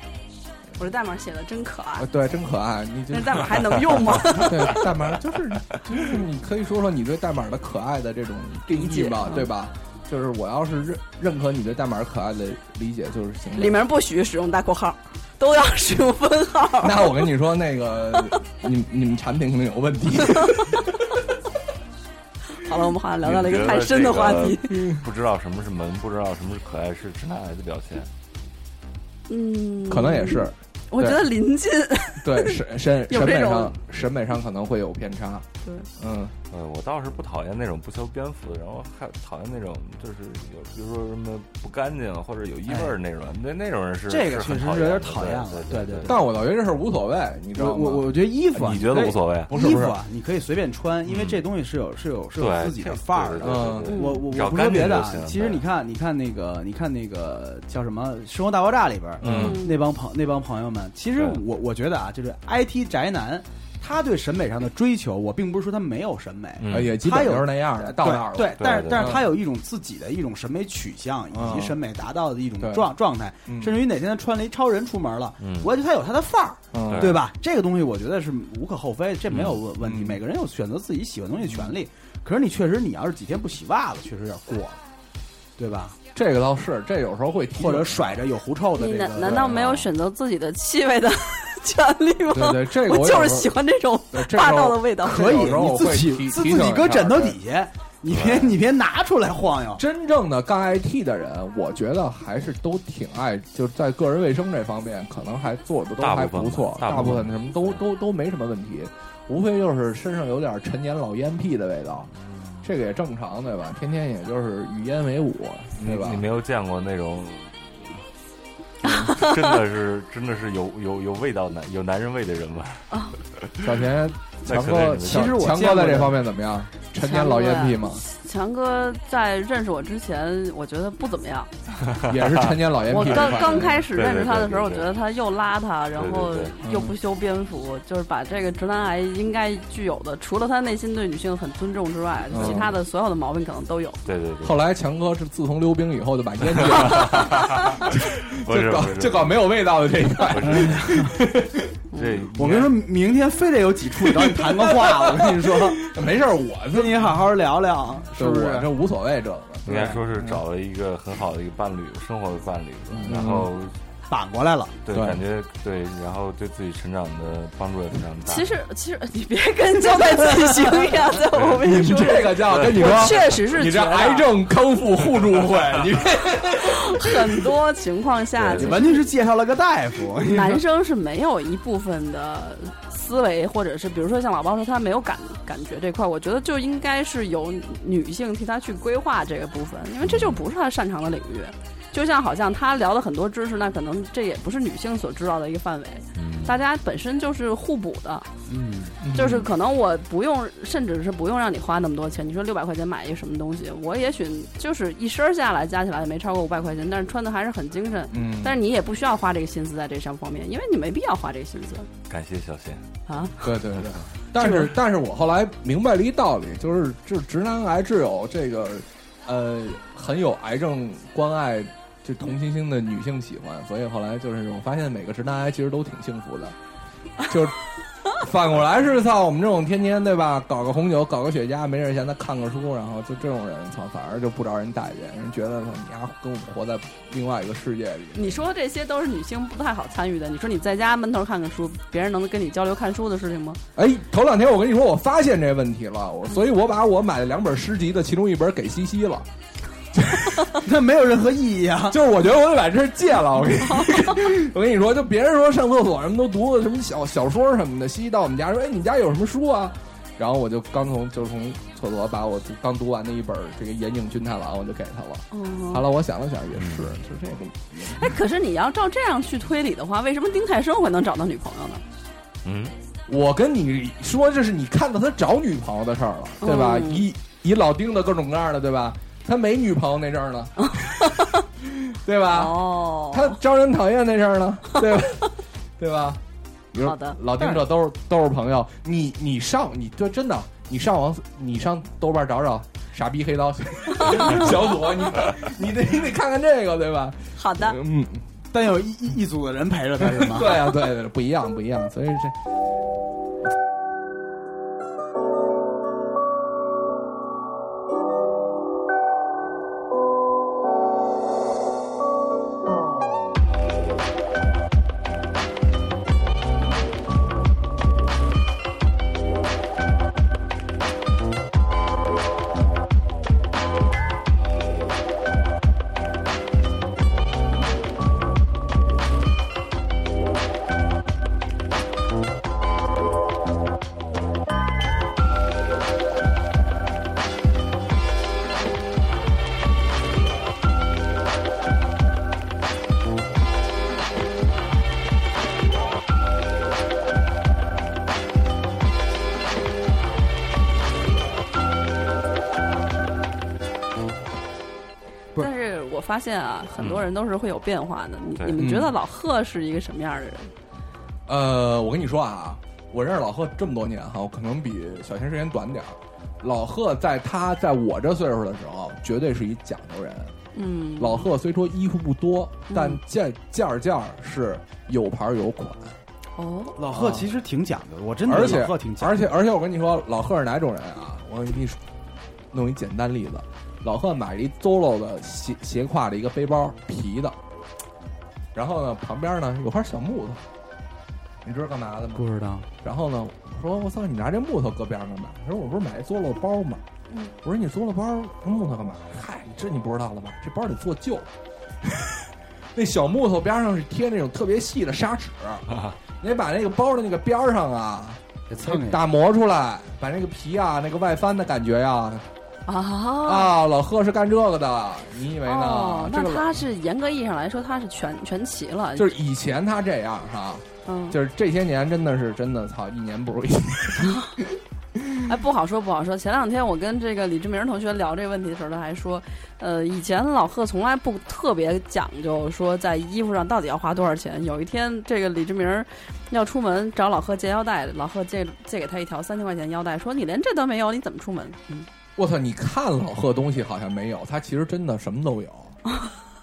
[SPEAKER 5] 我这代码写的真可爱
[SPEAKER 3] 啊，对，真可爱。你这
[SPEAKER 5] 那代码
[SPEAKER 3] [LAUGHS]
[SPEAKER 5] 还能用吗？ [LAUGHS]
[SPEAKER 3] 对，代码就是就是你可以说说你对代码的可爱的这种定义吧，
[SPEAKER 5] 嗯
[SPEAKER 3] 对吧？就是我要是认认可你对代码可爱的理解，就是行了。
[SPEAKER 5] 里面不许使用大括号，都要使用分号。
[SPEAKER 3] 那我跟你说，那个 [LAUGHS] 你你们产品可能有问
[SPEAKER 5] [LAUGHS]
[SPEAKER 3] 题。
[SPEAKER 5] 好了，我们好像聊到了一个太深的话
[SPEAKER 3] [LAUGHS]
[SPEAKER 5] 题。。
[SPEAKER 4] 不知道什么是萌，不知道什么是可爱，是直男癌的表现。
[SPEAKER 5] 嗯，
[SPEAKER 3] 可能也是，
[SPEAKER 5] 我觉得临近，
[SPEAKER 3] 对审审
[SPEAKER 5] 有
[SPEAKER 3] 审美
[SPEAKER 5] 这种
[SPEAKER 3] 上审美上可能会有偏差。
[SPEAKER 5] 对，
[SPEAKER 3] 嗯，
[SPEAKER 4] 呃，我倒是不讨厌那种不修边幅的，然后还讨厌那种就是有，比如说什么不干净或者有异味儿那种，那那种人是
[SPEAKER 1] 哎这个
[SPEAKER 4] 是很
[SPEAKER 1] 确实是有点
[SPEAKER 4] 讨
[SPEAKER 1] 讨厌
[SPEAKER 4] 厌
[SPEAKER 1] 了
[SPEAKER 4] 的
[SPEAKER 1] 对
[SPEAKER 4] 对
[SPEAKER 1] 对
[SPEAKER 3] 但我倒觉得这事儿无所谓，你知
[SPEAKER 1] 我
[SPEAKER 3] 道吗？
[SPEAKER 1] 我我觉得衣服啊，
[SPEAKER 4] 你觉得无所谓？嗯
[SPEAKER 3] 不是
[SPEAKER 1] 衣
[SPEAKER 3] 不
[SPEAKER 1] 服
[SPEAKER 3] 是，
[SPEAKER 1] 啊，你可以随便穿，因为这东西是有是有是有
[SPEAKER 4] 对
[SPEAKER 1] 自己的范儿的。
[SPEAKER 3] 嗯
[SPEAKER 4] 对对对对
[SPEAKER 1] 我我
[SPEAKER 4] 只要
[SPEAKER 1] 我不说别的啊
[SPEAKER 4] 干净就，行
[SPEAKER 1] 其实
[SPEAKER 4] 对
[SPEAKER 1] 你看，你看那个，你看那个叫什么《生活大爆炸》里边，
[SPEAKER 4] 嗯
[SPEAKER 1] 那帮朋那帮朋友们，其实
[SPEAKER 4] 对
[SPEAKER 1] 我我觉得啊，就是 IT 宅男，他对审美上的追求，我并不是说他没有审美，啊
[SPEAKER 4] 嗯
[SPEAKER 3] 呃也基本就是那样的，到那儿了。
[SPEAKER 1] 对，对但是
[SPEAKER 4] 对
[SPEAKER 1] 但
[SPEAKER 3] 嗯
[SPEAKER 1] 是他有一种自己的一种审美取向以
[SPEAKER 3] 嗯
[SPEAKER 1] 及审美达到的一种
[SPEAKER 3] 对
[SPEAKER 1] 状状态，
[SPEAKER 3] 嗯
[SPEAKER 1] 甚至于哪天他穿了一超人出门了，
[SPEAKER 4] 嗯
[SPEAKER 1] 我觉得他有他的范儿，
[SPEAKER 3] 嗯
[SPEAKER 1] 对吧？这个东西我觉得是无可厚非，这没有
[SPEAKER 4] 嗯
[SPEAKER 1] 问问题，
[SPEAKER 3] 嗯
[SPEAKER 1] 每个人有选择自己喜欢东西的权利。可是你确实，你要是几天不洗袜子，确实有点过了，对吧？
[SPEAKER 3] 这个倒是，这有时候会提
[SPEAKER 1] 或者甩着有狐臭的
[SPEAKER 2] 你
[SPEAKER 1] 这
[SPEAKER 2] 难
[SPEAKER 1] 个，
[SPEAKER 2] 难道没有选择自己的气
[SPEAKER 5] [LAUGHS]
[SPEAKER 2] 味的权利吗？
[SPEAKER 3] 对对，这个
[SPEAKER 5] 我
[SPEAKER 3] [LAUGHS] 我
[SPEAKER 5] 就
[SPEAKER 3] 有
[SPEAKER 5] 是
[SPEAKER 3] 时候
[SPEAKER 5] 喜欢这种
[SPEAKER 3] 对这
[SPEAKER 5] 霸
[SPEAKER 3] 时候
[SPEAKER 5] 道的味道。
[SPEAKER 1] 可以
[SPEAKER 3] 有时候
[SPEAKER 1] 你
[SPEAKER 3] 我会
[SPEAKER 1] 自己
[SPEAKER 3] 提
[SPEAKER 1] 自
[SPEAKER 3] 提
[SPEAKER 1] 自
[SPEAKER 3] 醒
[SPEAKER 1] 己
[SPEAKER 3] 一
[SPEAKER 1] 搁
[SPEAKER 3] 下
[SPEAKER 1] 枕头
[SPEAKER 3] 对
[SPEAKER 1] 底下，你别你别拿出来晃悠。
[SPEAKER 3] 真正的干 IT 的人，我觉得还是都挺爱，就是在个人卫生这方面，可能还做的都
[SPEAKER 4] 大
[SPEAKER 3] 还
[SPEAKER 4] 部分
[SPEAKER 3] 不错，
[SPEAKER 4] 吧大
[SPEAKER 3] 大
[SPEAKER 4] 部
[SPEAKER 3] 部
[SPEAKER 4] 分
[SPEAKER 3] 分什么都都都没什么问题，无非就是身上有点陈年老烟屁的味道，这个也正常对吧？天天也就是与烟为伍
[SPEAKER 4] 你
[SPEAKER 3] 对吧
[SPEAKER 4] 你？没有见过
[SPEAKER 1] [LAUGHS]
[SPEAKER 4] 那种，真的是真的是有有有味道男有男人味的人吗？
[SPEAKER 3] 小田
[SPEAKER 4] 那
[SPEAKER 3] 强
[SPEAKER 4] 可能
[SPEAKER 3] 哥，
[SPEAKER 4] 也没
[SPEAKER 1] 其实
[SPEAKER 3] 强
[SPEAKER 1] 我
[SPEAKER 3] 强
[SPEAKER 1] 见
[SPEAKER 3] 哥
[SPEAKER 1] 过
[SPEAKER 3] 在
[SPEAKER 1] 的
[SPEAKER 3] 这方面怎么样？陈年老烟屁吗？
[SPEAKER 5] 强哥在认识我之前，我觉得不怎么样。
[SPEAKER 3] 也是陈年老烟
[SPEAKER 5] 我
[SPEAKER 3] 屁这
[SPEAKER 5] 刚
[SPEAKER 3] 块儿。
[SPEAKER 5] 刚开始认识他的时候，我
[SPEAKER 4] 对
[SPEAKER 5] 觉
[SPEAKER 4] 对对对对
[SPEAKER 5] 得他又邋遢，然后
[SPEAKER 4] 对对嗯
[SPEAKER 3] 对
[SPEAKER 5] 又不修边幅，就是把这个直男癌应该具有的，除了他内心对女性很尊重之外，
[SPEAKER 3] 嗯
[SPEAKER 5] 其他的所有的毛病可能都有。
[SPEAKER 4] 对对对，
[SPEAKER 3] 后来强哥是自从溜冰以后就把烟戒了，
[SPEAKER 4] 不是
[SPEAKER 3] 就
[SPEAKER 4] 不
[SPEAKER 3] 搞
[SPEAKER 4] 是
[SPEAKER 3] 就搞没有味道的这一块。
[SPEAKER 4] 这，
[SPEAKER 1] 我跟你说，明天非得有几处找你谈个
[SPEAKER 3] [LAUGHS]
[SPEAKER 1] 话，我跟你说，
[SPEAKER 3] 没事儿，我
[SPEAKER 1] 跟你好好聊聊，是不
[SPEAKER 3] 对我
[SPEAKER 1] 是？
[SPEAKER 3] 这无所谓这个。
[SPEAKER 4] 应该说
[SPEAKER 1] 嗯
[SPEAKER 4] 是找了一个很好的一个伴侣，生活的伴侣，然后
[SPEAKER 1] 反过来了，
[SPEAKER 4] 对
[SPEAKER 3] 对
[SPEAKER 4] 感觉对，然后对自己成长的帮助也非常大。
[SPEAKER 5] 其实，其实你别跟交代自己行一样，在我面
[SPEAKER 3] 你们
[SPEAKER 5] 说，
[SPEAKER 3] 这个叫跟你
[SPEAKER 5] 我
[SPEAKER 3] 说，
[SPEAKER 5] 确实是
[SPEAKER 3] 你这
[SPEAKER 5] 觉得
[SPEAKER 3] 癌症康复互助会，你
[SPEAKER 5] 很多情况下，
[SPEAKER 4] 对
[SPEAKER 1] 你完全是介绍了个大夫，
[SPEAKER 5] 男生是没有一部分的思维，或者是比如说像老包说他没有感感觉这块，我觉得就应该是由女性替他去规划这个部分，因为这就不是他擅长的领域。就像好像他聊的很多知识，那可能这也不是女性所知道的一个范围，
[SPEAKER 4] 嗯
[SPEAKER 5] 大家本身就是互补的， [LAUGHS]
[SPEAKER 1] 嗯，
[SPEAKER 5] 就是可能我不用，甚至是不用让你花那么多钱。你说六百块钱买一个什么东西，我也许就是一身下来加起来也没超过五百块钱，但是穿的还是很精神。
[SPEAKER 3] 嗯
[SPEAKER 5] 但是你也不需要花这个心思在这上方面，因为你没必要花这个心思
[SPEAKER 4] 感谢小仙，
[SPEAKER 5] 啊。
[SPEAKER 3] 对对对。但是，但是我后来明白了一道理，就是治直男癌只有这个，呃，很有癌症关爱，就同情心的女性喜欢，所以后来就是我发现每个直男癌其实都挺幸福的，就 [LAUGHS] 反过来是操我们这种天天对吧，搞个红酒，搞个雪茄，没事闲的看个书，然后就这种人操，反而就不招人待见，人觉得操你丫跟我们活在另外一个世界里，
[SPEAKER 5] 你说这些都是女性不太好参与的。你说你在家闷头看看书，别人能跟你交流看书的事情吗？
[SPEAKER 3] 哎，头两天我跟你说，我发现这问题了，我所以，我把我买的两本诗集的其中一本给西西了，
[SPEAKER 1] [LAUGHS] 那没有任何意义啊。
[SPEAKER 3] 就是我觉得我得把这事儿戒了。我跟你，我跟你说，就别人说上厕所什么都读什么小小说什么的，西西到我们家说，哎，你家有什么书啊？然后我就刚从就是从厕所把我刚读完的一本这个岩井俊太郎，我就给他了。
[SPEAKER 5] 嗯
[SPEAKER 3] 后，来我想了想，也是，就这个，
[SPEAKER 5] 哎，可是你要照这样去推理的话，为什么丁太升会能找到女朋友呢？
[SPEAKER 4] 嗯，
[SPEAKER 3] 我跟你说，这是你看到他找女朋友的事儿了，对吧？
[SPEAKER 5] 嗯
[SPEAKER 3] 以以老丁的各种各样的，对吧？他没女朋友那阵儿
[SPEAKER 5] [LAUGHS]
[SPEAKER 3] 呢，对吧？
[SPEAKER 5] 哦
[SPEAKER 3] 啊他招人讨厌那阵儿呢，
[SPEAKER 5] [LAUGHS]
[SPEAKER 3] 对吧？对吧？你说
[SPEAKER 5] 好的
[SPEAKER 3] 老丁这都是都是朋友，你你上你这真的，你上网你上豆瓣找找傻
[SPEAKER 5] [LAUGHS]
[SPEAKER 3] 逼黑刀小组，你你得你得看看这个，对吧？
[SPEAKER 5] 好的，
[SPEAKER 3] 嗯，
[SPEAKER 1] 但有一一一组的人陪着他，
[SPEAKER 3] [LAUGHS]
[SPEAKER 1] 是吗？
[SPEAKER 3] 对啊呀、对对对，不一样不一样，所以这。
[SPEAKER 5] 但是我发现啊，很多人都是会有变化的。你
[SPEAKER 4] 对
[SPEAKER 5] 你们觉
[SPEAKER 3] 嗯
[SPEAKER 5] 得老贺是一个什么样的人？
[SPEAKER 3] 呃，我跟你说啊，我认识老贺这么多年哈，我可能比小贤时间短点儿。老贺在他在我这岁数的时候，绝对是一讲究人。
[SPEAKER 5] 嗯，
[SPEAKER 3] 老贺虽说衣服不多，但件件儿件儿是有牌儿有款，
[SPEAKER 5] 哦，
[SPEAKER 1] 老贺其实挺讲究的，我真觉
[SPEAKER 3] 啊而
[SPEAKER 1] 得
[SPEAKER 3] 且
[SPEAKER 1] 老贺挺讲
[SPEAKER 3] 而
[SPEAKER 1] 究
[SPEAKER 3] 且
[SPEAKER 1] 的，
[SPEAKER 3] 而且我跟你说，老贺是哪种人啊？我给你说弄一简单例子，老贺买了一 Zolo 的斜斜挎的一个背包，皮的，然后呢旁边呢有块小木头，你知道干嘛的吗？
[SPEAKER 1] 不知道
[SPEAKER 3] 然后呢，我说我操，你拿这木头搁边上干嘛？他说我不是买一 Zolo 包吗？我说你做了包木头干嘛？嗨，这你不知道了吧？这包得做旧。 [LAUGHS] 那小木头边上是贴那种特别细的
[SPEAKER 1] [LAUGHS]
[SPEAKER 3] 砂纸，你得把那个包的那个边儿上啊，
[SPEAKER 1] 给蹭一下。
[SPEAKER 3] 打磨出来，把那个皮啊，那个外翻的感觉呀、
[SPEAKER 5] 啊。
[SPEAKER 3] 啊，老贺是干这个的，你以为呢？
[SPEAKER 5] 哦，
[SPEAKER 3] 这
[SPEAKER 5] 那
[SPEAKER 3] 个老
[SPEAKER 5] 他是严格意义上来说，他是全全齐了，
[SPEAKER 3] 就是以前他这样哈、
[SPEAKER 5] 嗯，
[SPEAKER 3] 就是这些年真的是真的操，一年不如一年。 [LAUGHS]
[SPEAKER 5] 哎，不好说，不好说。前两天我跟这个李志明同学聊这个问题的时候，他还说，呃，以前老贺从来不特别讲究说在衣服上到底要花多少钱。有一天，这个李志明要出门找老贺借腰带，老贺借借给他一条三千块钱腰带，说你连这都没有，你怎么出门？嗯，
[SPEAKER 3] 我操，你看老贺东西好像没有，他其实真的什么都有。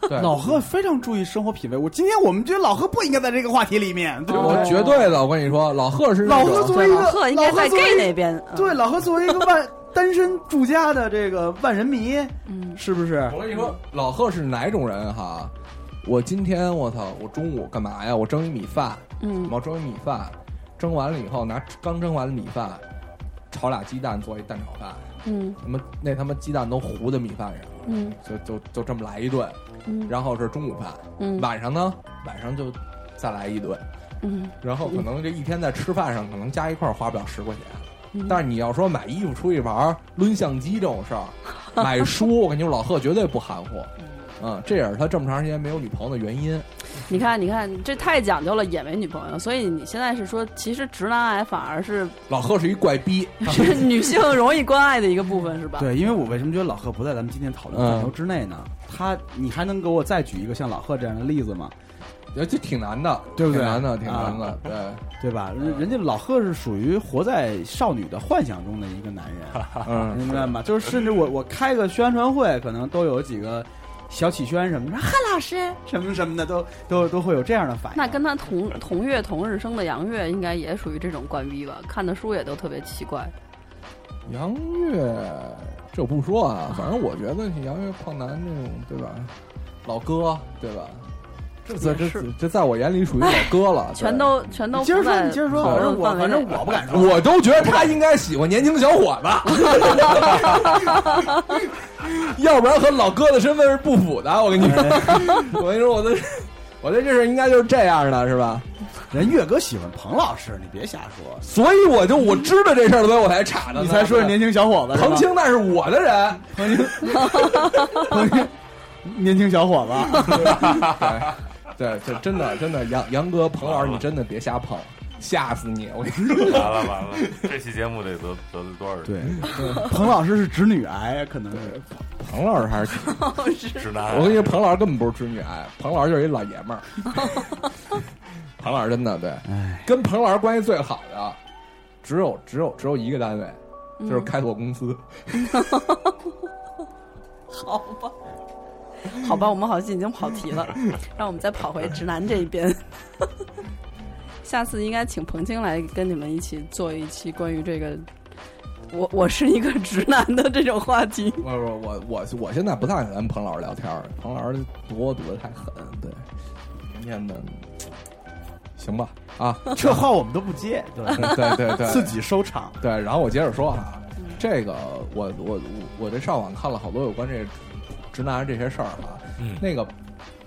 [SPEAKER 3] 对，
[SPEAKER 1] [LAUGHS] 老贺非常注意生活品味。我今天我们觉得老贺不应该在这个话题里面，对不
[SPEAKER 3] 我
[SPEAKER 1] 对？
[SPEAKER 3] 绝对的，我跟你说，老贺是那
[SPEAKER 1] 老
[SPEAKER 3] 种
[SPEAKER 1] 贺作
[SPEAKER 5] 对，
[SPEAKER 1] 为一个
[SPEAKER 5] 老贺应该
[SPEAKER 1] 老
[SPEAKER 5] 在
[SPEAKER 1] 贺作
[SPEAKER 5] gay
[SPEAKER 1] 为
[SPEAKER 5] 那边。嗯
[SPEAKER 1] 对，，老贺作为一个万单身住家的这个万人迷，
[SPEAKER 5] 嗯，
[SPEAKER 1] 是不是？
[SPEAKER 3] 我跟你说，老贺是哪种人哈？我今天我操，我中午干嘛呀？我蒸一米饭，
[SPEAKER 5] 嗯
[SPEAKER 3] 我蒸一米饭，蒸完了以后拿刚蒸完的米饭，炒俩鸡蛋做一蛋炒饭，
[SPEAKER 5] 嗯
[SPEAKER 3] 他妈那他妈鸡蛋都糊在米饭上了，
[SPEAKER 5] 嗯
[SPEAKER 3] 就就就这么来一顿，
[SPEAKER 5] 嗯
[SPEAKER 3] 然后是中午饭，
[SPEAKER 5] 嗯
[SPEAKER 3] 晚上呢，晚上就再来一顿，
[SPEAKER 5] 嗯
[SPEAKER 3] 然后可能这一天在吃饭上可能加一块儿花不了十块钱。
[SPEAKER 5] 嗯
[SPEAKER 3] 但是你要说买衣服、出去玩儿、抡相机这种事儿，
[SPEAKER 5] [LAUGHS]
[SPEAKER 3] 买书，我跟你说，老贺绝对不含糊。嗯，这也是他这么长时间没有女朋友的原因。
[SPEAKER 5] 你看，你看，这太讲究了，也没女朋友。所以你现在是说，其实直男癌反而是
[SPEAKER 3] 老贺是一怪逼，
[SPEAKER 5] 是女性容易关爱的一个部分，是吧？
[SPEAKER 1] 对，因为我为什么觉得老贺不在咱们今天讨论
[SPEAKER 3] 嗯
[SPEAKER 1] 范畴之内呢？他，你还能给我再举一个像老贺这样的例子吗？
[SPEAKER 3] 这挺难的，
[SPEAKER 1] 对不对
[SPEAKER 3] 挺难的，挺难 [LAUGHS] 的。对，
[SPEAKER 1] 对吧？人人家老贺是属于活在少女的幻想中的一个男
[SPEAKER 3] [LAUGHS]
[SPEAKER 1] 人，
[SPEAKER 3] 嗯，
[SPEAKER 1] 明白吗？就是甚至我我开个宣传会，可能都有几个小启轩什么的，哈老师什么什么的，都都都会有这样的反应。
[SPEAKER 5] 那跟他同同月同日生的杨月，应该也属于这种惯逼吧？看的书也都特别奇怪。
[SPEAKER 3] 杨越这我不说啊，反正我觉得杨越胖男这种，对吧？老哥，对吧？这这
[SPEAKER 5] 也
[SPEAKER 3] 这
[SPEAKER 5] 是
[SPEAKER 3] 这在我眼里属于老哥了，对
[SPEAKER 5] 全都全都
[SPEAKER 1] 你接着
[SPEAKER 5] 不在
[SPEAKER 1] 说，你接着说，
[SPEAKER 5] 讨
[SPEAKER 1] 反
[SPEAKER 5] 论
[SPEAKER 1] 正我反正
[SPEAKER 5] 范围内
[SPEAKER 1] 我不敢说，
[SPEAKER 3] 我都觉得他应该喜欢年轻小伙
[SPEAKER 1] [LAUGHS]
[SPEAKER 3] 子，要不然和老哥的身份是不符的。我跟你说，
[SPEAKER 1] 哎
[SPEAKER 3] 我跟你说，我的，我的这事应该就是这样的，是吧？
[SPEAKER 1] 人岳哥喜欢彭老师，你别瞎说。
[SPEAKER 3] 所以我就我知道这事儿了，所以我才查的。
[SPEAKER 1] [LAUGHS] 你才说是
[SPEAKER 3] 是
[SPEAKER 1] 年轻小伙子，
[SPEAKER 3] 彭
[SPEAKER 1] 是吧
[SPEAKER 3] 青，那是我的人。
[SPEAKER 1] [LAUGHS] 彭青，年轻小伙子，
[SPEAKER 3] 对，这真的真的，杨杨哥、彭老师，你真的别瞎碰，吓死你！我跟你说，
[SPEAKER 4] 完了完了，这期节目得得得罪多少
[SPEAKER 1] [LAUGHS]
[SPEAKER 4] 人？
[SPEAKER 1] 对，彭老师是直女癌，可能是
[SPEAKER 3] 彭老师还是
[SPEAKER 4] 直男癌，啊
[SPEAKER 3] 我跟你说，彭老师根本不是直女癌，彭老师就是一老爷们 [LAUGHS] 儿。彭老师真的对，跟彭老师关系最好的，只有只有只有一个单位，就是开拓公司。
[SPEAKER 5] 好吧，我们好像已经跑题了，让我们再跑回直男这一边。 [LAUGHS] 下次应该请彭青来跟你们一起做一期关于这个“我我是一个直男”的这种话题。
[SPEAKER 3] 我我我我我现在不太想跟彭老师聊天儿，彭老师躲我躲得太狠，对，念的行吧啊，
[SPEAKER 1] 这话我们都不接，对，
[SPEAKER 3] 对对 [LAUGHS] 对，
[SPEAKER 1] 自己收场。
[SPEAKER 3] 对，然后我接着说啊，
[SPEAKER 5] 嗯
[SPEAKER 3] 这个我我我我这上网看了好多有关这直男这些事儿啊，
[SPEAKER 4] 嗯
[SPEAKER 3] 那个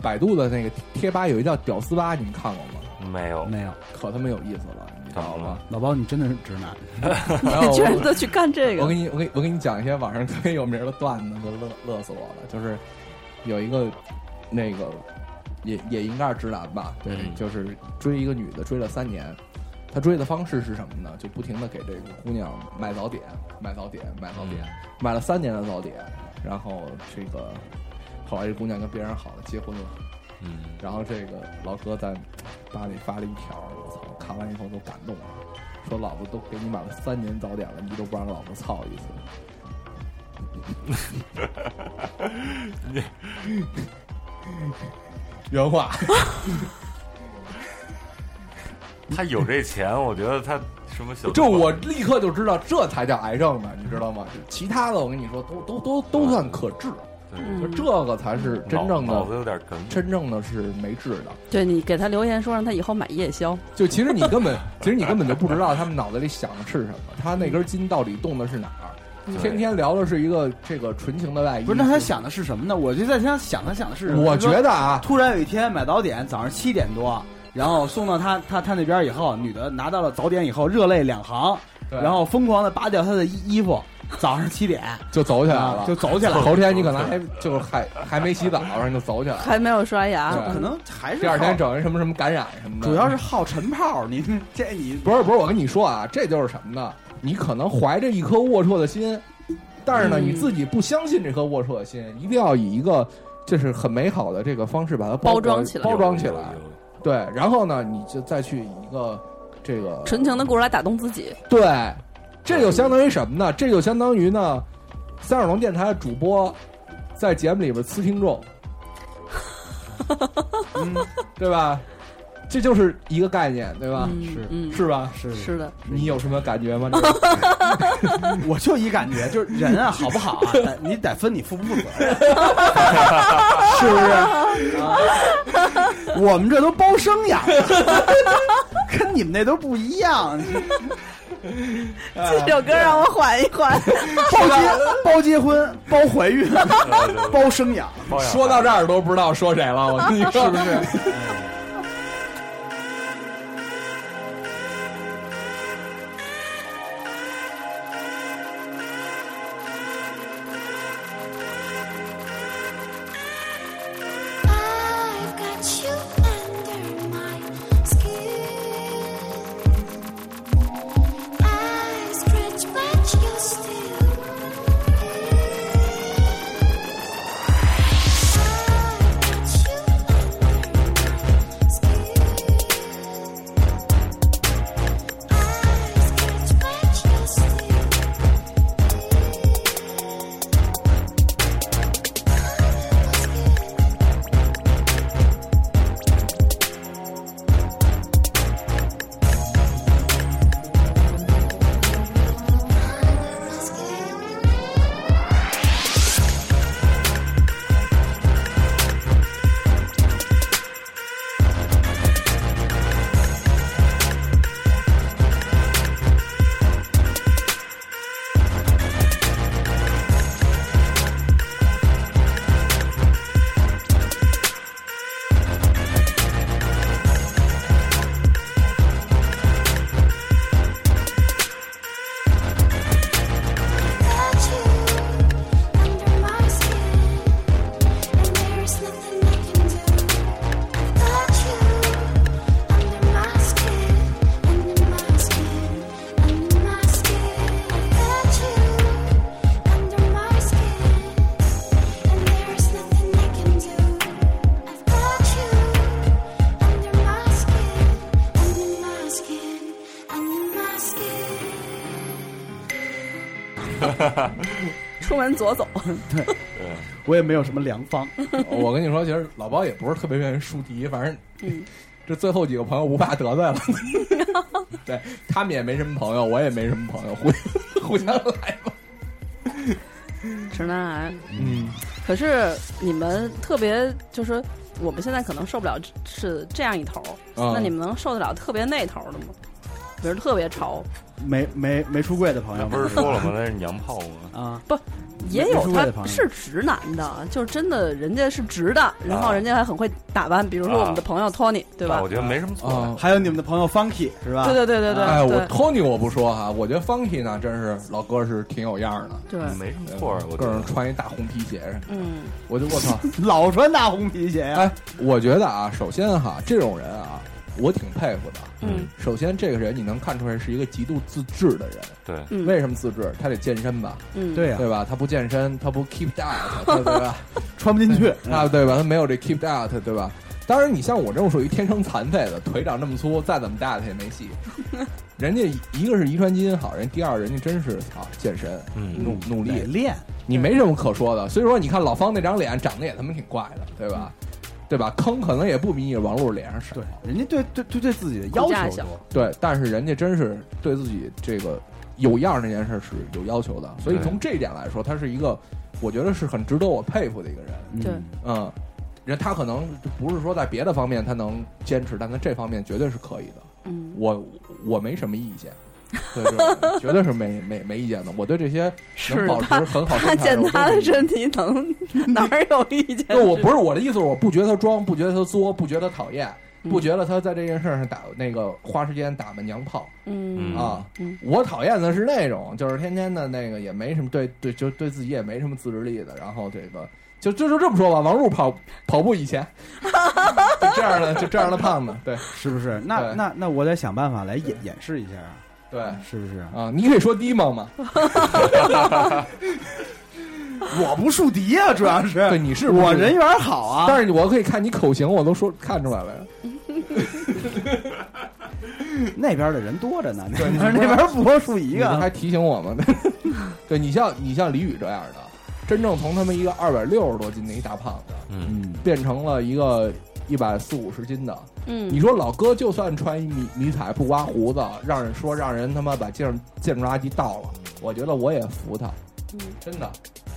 [SPEAKER 3] 百度的那个贴吧有一叫“屌丝吧”，你们看过吗？
[SPEAKER 4] 没有，
[SPEAKER 1] 没有，
[SPEAKER 3] 可他妈有意思了，你知道吗？
[SPEAKER 1] 老包，你真的是直男，
[SPEAKER 3] [LAUGHS]
[SPEAKER 5] [LAUGHS]
[SPEAKER 3] 然后
[SPEAKER 5] 居然
[SPEAKER 3] 我
[SPEAKER 5] 都去干这
[SPEAKER 3] 我
[SPEAKER 5] 个
[SPEAKER 3] 给，你我给你我给你讲一些网上特别有名的段子，就乐乐死我了。就是有一个那个也也应该是直男吧，对，
[SPEAKER 4] 嗯
[SPEAKER 3] 就是追一个女的追了三年。他追的方式是什么呢？就不停的给这个姑娘卖早点，卖早点，卖
[SPEAKER 4] 嗯
[SPEAKER 3] 早点，买了三年的早点，然后这个后来这姑娘跟别人好了，结婚了，
[SPEAKER 4] 嗯，
[SPEAKER 3] 然后这个老哥在吧里发了一条，我操，看完以后都感动了，说老子都给你买了三年早点了，你都不让老子操一次。原话，
[SPEAKER 4] 他有这钱，我觉得他什么小
[SPEAKER 3] 就我立刻就知道这才叫癌症呢，你知道吗？其他的我跟你说，都都都都算可治，
[SPEAKER 4] 对嗯
[SPEAKER 3] 就这个才是真正
[SPEAKER 4] 脑脑子
[SPEAKER 3] 的，
[SPEAKER 4] 有点梗，
[SPEAKER 3] 真正的是没治的。
[SPEAKER 5] 对你给他留言说让他以后买夜宵。
[SPEAKER 3] 就其实
[SPEAKER 1] [LAUGHS]
[SPEAKER 3] 你根本，其实你根本就不知道他们脑子里想的是什么，他那根筋到底动的是哪儿。
[SPEAKER 4] 对
[SPEAKER 3] 天天聊的是一个这个纯情的外衣。
[SPEAKER 1] 不是，那他想的是什么呢？我就在想，想他想的是什么，
[SPEAKER 3] 我
[SPEAKER 1] 就是说
[SPEAKER 3] 觉得啊，
[SPEAKER 1] 突然有一天买早点，早上七点多，然后送到他他他那边以后，女的拿到了早点以后热泪两行，
[SPEAKER 3] 对
[SPEAKER 1] 然后疯狂的扒掉他的衣衣服，早上
[SPEAKER 3] [LAUGHS]
[SPEAKER 1] 七点
[SPEAKER 3] 就走起来
[SPEAKER 1] 啊
[SPEAKER 3] 了，
[SPEAKER 1] 就走起来
[SPEAKER 3] [LAUGHS]
[SPEAKER 1] 了，
[SPEAKER 3] 头天你可能还就是还还没洗澡，然后你就
[SPEAKER 1] [LAUGHS]
[SPEAKER 3] 走起来了，
[SPEAKER 5] 还没有刷牙
[SPEAKER 3] 对，
[SPEAKER 1] 啊可能还是
[SPEAKER 3] 第二天
[SPEAKER 1] 靠
[SPEAKER 3] 整一什么什么感染什么的。
[SPEAKER 1] 主要是好晨泡，你这
[SPEAKER 3] [LAUGHS]
[SPEAKER 1] 你
[SPEAKER 3] 不是不是，我跟你说啊，这就是什么呢？你可能怀着一颗龌龊的心，但是呢，
[SPEAKER 2] 嗯
[SPEAKER 3] 你自己不相信这颗龌龊的心，一定要以一个就是很美好的这个方式把它
[SPEAKER 5] 包装
[SPEAKER 3] 裹
[SPEAKER 5] 起来
[SPEAKER 3] 包装起来。
[SPEAKER 4] 有有
[SPEAKER 3] 对，然后呢，你就再去以一个这个
[SPEAKER 5] 纯情的故事来打动自己。
[SPEAKER 3] 对，这就相当于什么呢？这就相当于呢，三耳龙电台的主播在节目里边呲
[SPEAKER 5] [LAUGHS]
[SPEAKER 3] 听众，
[SPEAKER 1] 嗯
[SPEAKER 3] 对吧？这就是一个概念，对吧？
[SPEAKER 5] 嗯
[SPEAKER 1] 是
[SPEAKER 5] 嗯，
[SPEAKER 3] 是吧？
[SPEAKER 1] 是
[SPEAKER 5] 是的，
[SPEAKER 3] 你有什么感 [LAUGHS] 觉吗？这个
[SPEAKER 1] 我就一感觉，就是人啊，好不好啊？
[SPEAKER 3] [LAUGHS]
[SPEAKER 1] 得你得分你负不负责任，是不是？啊，我们这都包生养的， [LAUGHS] 跟你们那都不一样。
[SPEAKER 5] [LAUGHS] 这首歌让我缓一 [LAUGHS] 缓。
[SPEAKER 1] 包结包结婚，包怀
[SPEAKER 4] [LAUGHS]
[SPEAKER 1] 孕，包生养，
[SPEAKER 4] 包养
[SPEAKER 3] 说到这儿都不知道说谁了，我跟你 [LAUGHS] 说，是不是？
[SPEAKER 6] I've got you under my skin. I stretch, but you're still in. I've got you under my skin. I stretch, but you're still in. Under my skin. Got you under my skin, and there is nothing I can do. Got you under my skin, under my skin, under my skin. Got you under my skin, and there is nothing I can do. I've got you under my skin, under my skin, under my skin.
[SPEAKER 5] 出门左走，
[SPEAKER 1] 我也没有什么良方。
[SPEAKER 3] [LAUGHS] 我跟你说，其实老包也不是特别愿意树敌，反正，
[SPEAKER 5] 嗯
[SPEAKER 3] [LAUGHS] 这最后几个朋友无法得罪了。 [LAUGHS] 对他们也没什么朋友，我也没什么朋友，互互相来吧。
[SPEAKER 5] 直男癌。
[SPEAKER 3] 嗯，
[SPEAKER 5] 可是你们特别就是说，我们现在可能受不了是这样一头，
[SPEAKER 3] 嗯
[SPEAKER 5] 那你们能受得了特别那头的吗？比如特别潮，
[SPEAKER 1] 没没没出柜的朋友
[SPEAKER 4] 那
[SPEAKER 1] 们
[SPEAKER 4] 不是说了吗？那是娘炮
[SPEAKER 3] [LAUGHS]
[SPEAKER 4] 吗？
[SPEAKER 1] 啊，
[SPEAKER 5] 也有
[SPEAKER 1] 没出位的朋
[SPEAKER 5] 他
[SPEAKER 1] 友
[SPEAKER 5] 是直男的，就是真的，人家是直的，然后
[SPEAKER 4] 啊
[SPEAKER 5] 人家还很会打扮，比如说我们的朋友 Tony，对吧
[SPEAKER 4] 那我？觉得没什么错呀。
[SPEAKER 3] 啊，
[SPEAKER 1] 还有你们的朋友 Funky 是吧？
[SPEAKER 5] 对对对对对，
[SPEAKER 3] 哎，我
[SPEAKER 5] 对
[SPEAKER 3] Tony 我不说哈，我觉得 Funky 呢，真是老哥是挺有样儿的。
[SPEAKER 5] 对，
[SPEAKER 4] 没什么错儿，我觉
[SPEAKER 3] 各
[SPEAKER 4] 得
[SPEAKER 3] 种穿一大红皮鞋，
[SPEAKER 5] 嗯，
[SPEAKER 3] 我就我操！
[SPEAKER 1] 老穿大红皮鞋啊呀、
[SPEAKER 3] 哎，我觉得啊，首先哈，这种人啊，我挺佩服的。
[SPEAKER 5] 嗯，
[SPEAKER 3] 首先这个人你能看出来是一个极度自制的人。
[SPEAKER 4] 对，
[SPEAKER 5] 嗯
[SPEAKER 3] 为什么自制？他得健身吧，
[SPEAKER 5] 嗯，
[SPEAKER 1] 对呀、
[SPEAKER 3] 对吧？他不健身，他不 keep [LAUGHS] diet，对吧？
[SPEAKER 1] 穿不进去。
[SPEAKER 3] 啊，对吧？他没有这 keep diet，对吧？当然，你像我这种属于天生残废的，腿长这么粗，再怎么 diet 也没戏。人家一个是遗传基因好，人第二人家真是啊健身，
[SPEAKER 4] 嗯，
[SPEAKER 3] 努努力
[SPEAKER 1] 得，练，
[SPEAKER 3] 你没什么可说的。所以说，你看老方那张脸长得也他妈挺怪的，对吧？对吧？坑可能也不比你王璐脸上少
[SPEAKER 1] 对，，人家对对对对自己的要
[SPEAKER 5] 骨架
[SPEAKER 1] 求
[SPEAKER 5] 小
[SPEAKER 1] 多，
[SPEAKER 3] 对，但是人家真是对自己这个有样儿这件事是有要求的，所以
[SPEAKER 4] 对
[SPEAKER 3] 从这一点来说，他是一个我觉得是很值得我佩服的一个人。
[SPEAKER 5] 对
[SPEAKER 1] 嗯
[SPEAKER 3] 嗯，人他可能不是说在别的方面他能坚持，但他这方面绝对是可以的。
[SPEAKER 5] 嗯，
[SPEAKER 3] 我我没什么意见，对对，绝对是 [LAUGHS] 没没没意见的。我对这些能
[SPEAKER 5] 是
[SPEAKER 3] 保持
[SPEAKER 5] 他
[SPEAKER 3] 很
[SPEAKER 5] 他
[SPEAKER 3] 好身材
[SPEAKER 5] 见
[SPEAKER 3] 我
[SPEAKER 5] 他
[SPEAKER 3] 都
[SPEAKER 5] 的
[SPEAKER 3] 是
[SPEAKER 5] 身体能 [LAUGHS] 哪儿有意见？
[SPEAKER 3] 那我不是我的意思，是我不觉得他装，不觉得他作，不觉得他讨厌，
[SPEAKER 5] 嗯
[SPEAKER 3] 不觉得他在这件事上打那个花时间打扮娘炮
[SPEAKER 2] 嗯
[SPEAKER 4] 嗯
[SPEAKER 3] 啊
[SPEAKER 2] 嗯。
[SPEAKER 3] 我讨厌的是那种，就是天天的那个也没什么对对，就对自己也没什么自制力的，然后这个。就就就这么说吧，王璐跑跑步以前，就这样的就这样的胖子，对
[SPEAKER 1] 是不是？那
[SPEAKER 3] 对
[SPEAKER 1] 那那我得想办法来演演示一下啊，
[SPEAKER 3] 对
[SPEAKER 1] 是不是？
[SPEAKER 3] 啊，你可以说低萌嘛，
[SPEAKER 1] 我不树敌啊，主要
[SPEAKER 3] 对
[SPEAKER 1] 是
[SPEAKER 3] 你是不
[SPEAKER 1] 我人缘好啊。
[SPEAKER 3] 但是我可以看你口型，我都说看出来了呀。
[SPEAKER 1] 那边的人多着呢，
[SPEAKER 3] 对
[SPEAKER 1] 你 [LAUGHS] 说那边不光树一
[SPEAKER 3] 你不
[SPEAKER 1] 个，
[SPEAKER 3] 还提醒我吗？ [LAUGHS] 对你像你像李宇这样的，真正从他们一个二百六十多斤的一大胖子，
[SPEAKER 4] 嗯，
[SPEAKER 1] 嗯，
[SPEAKER 3] 变成了一个一百四五十斤的。
[SPEAKER 2] 嗯
[SPEAKER 3] 你说老哥就算穿一迷迷彩不刮胡子，让人说让人他妈把建建筑垃圾倒了，我觉得我也服他，
[SPEAKER 2] 嗯
[SPEAKER 3] 真的，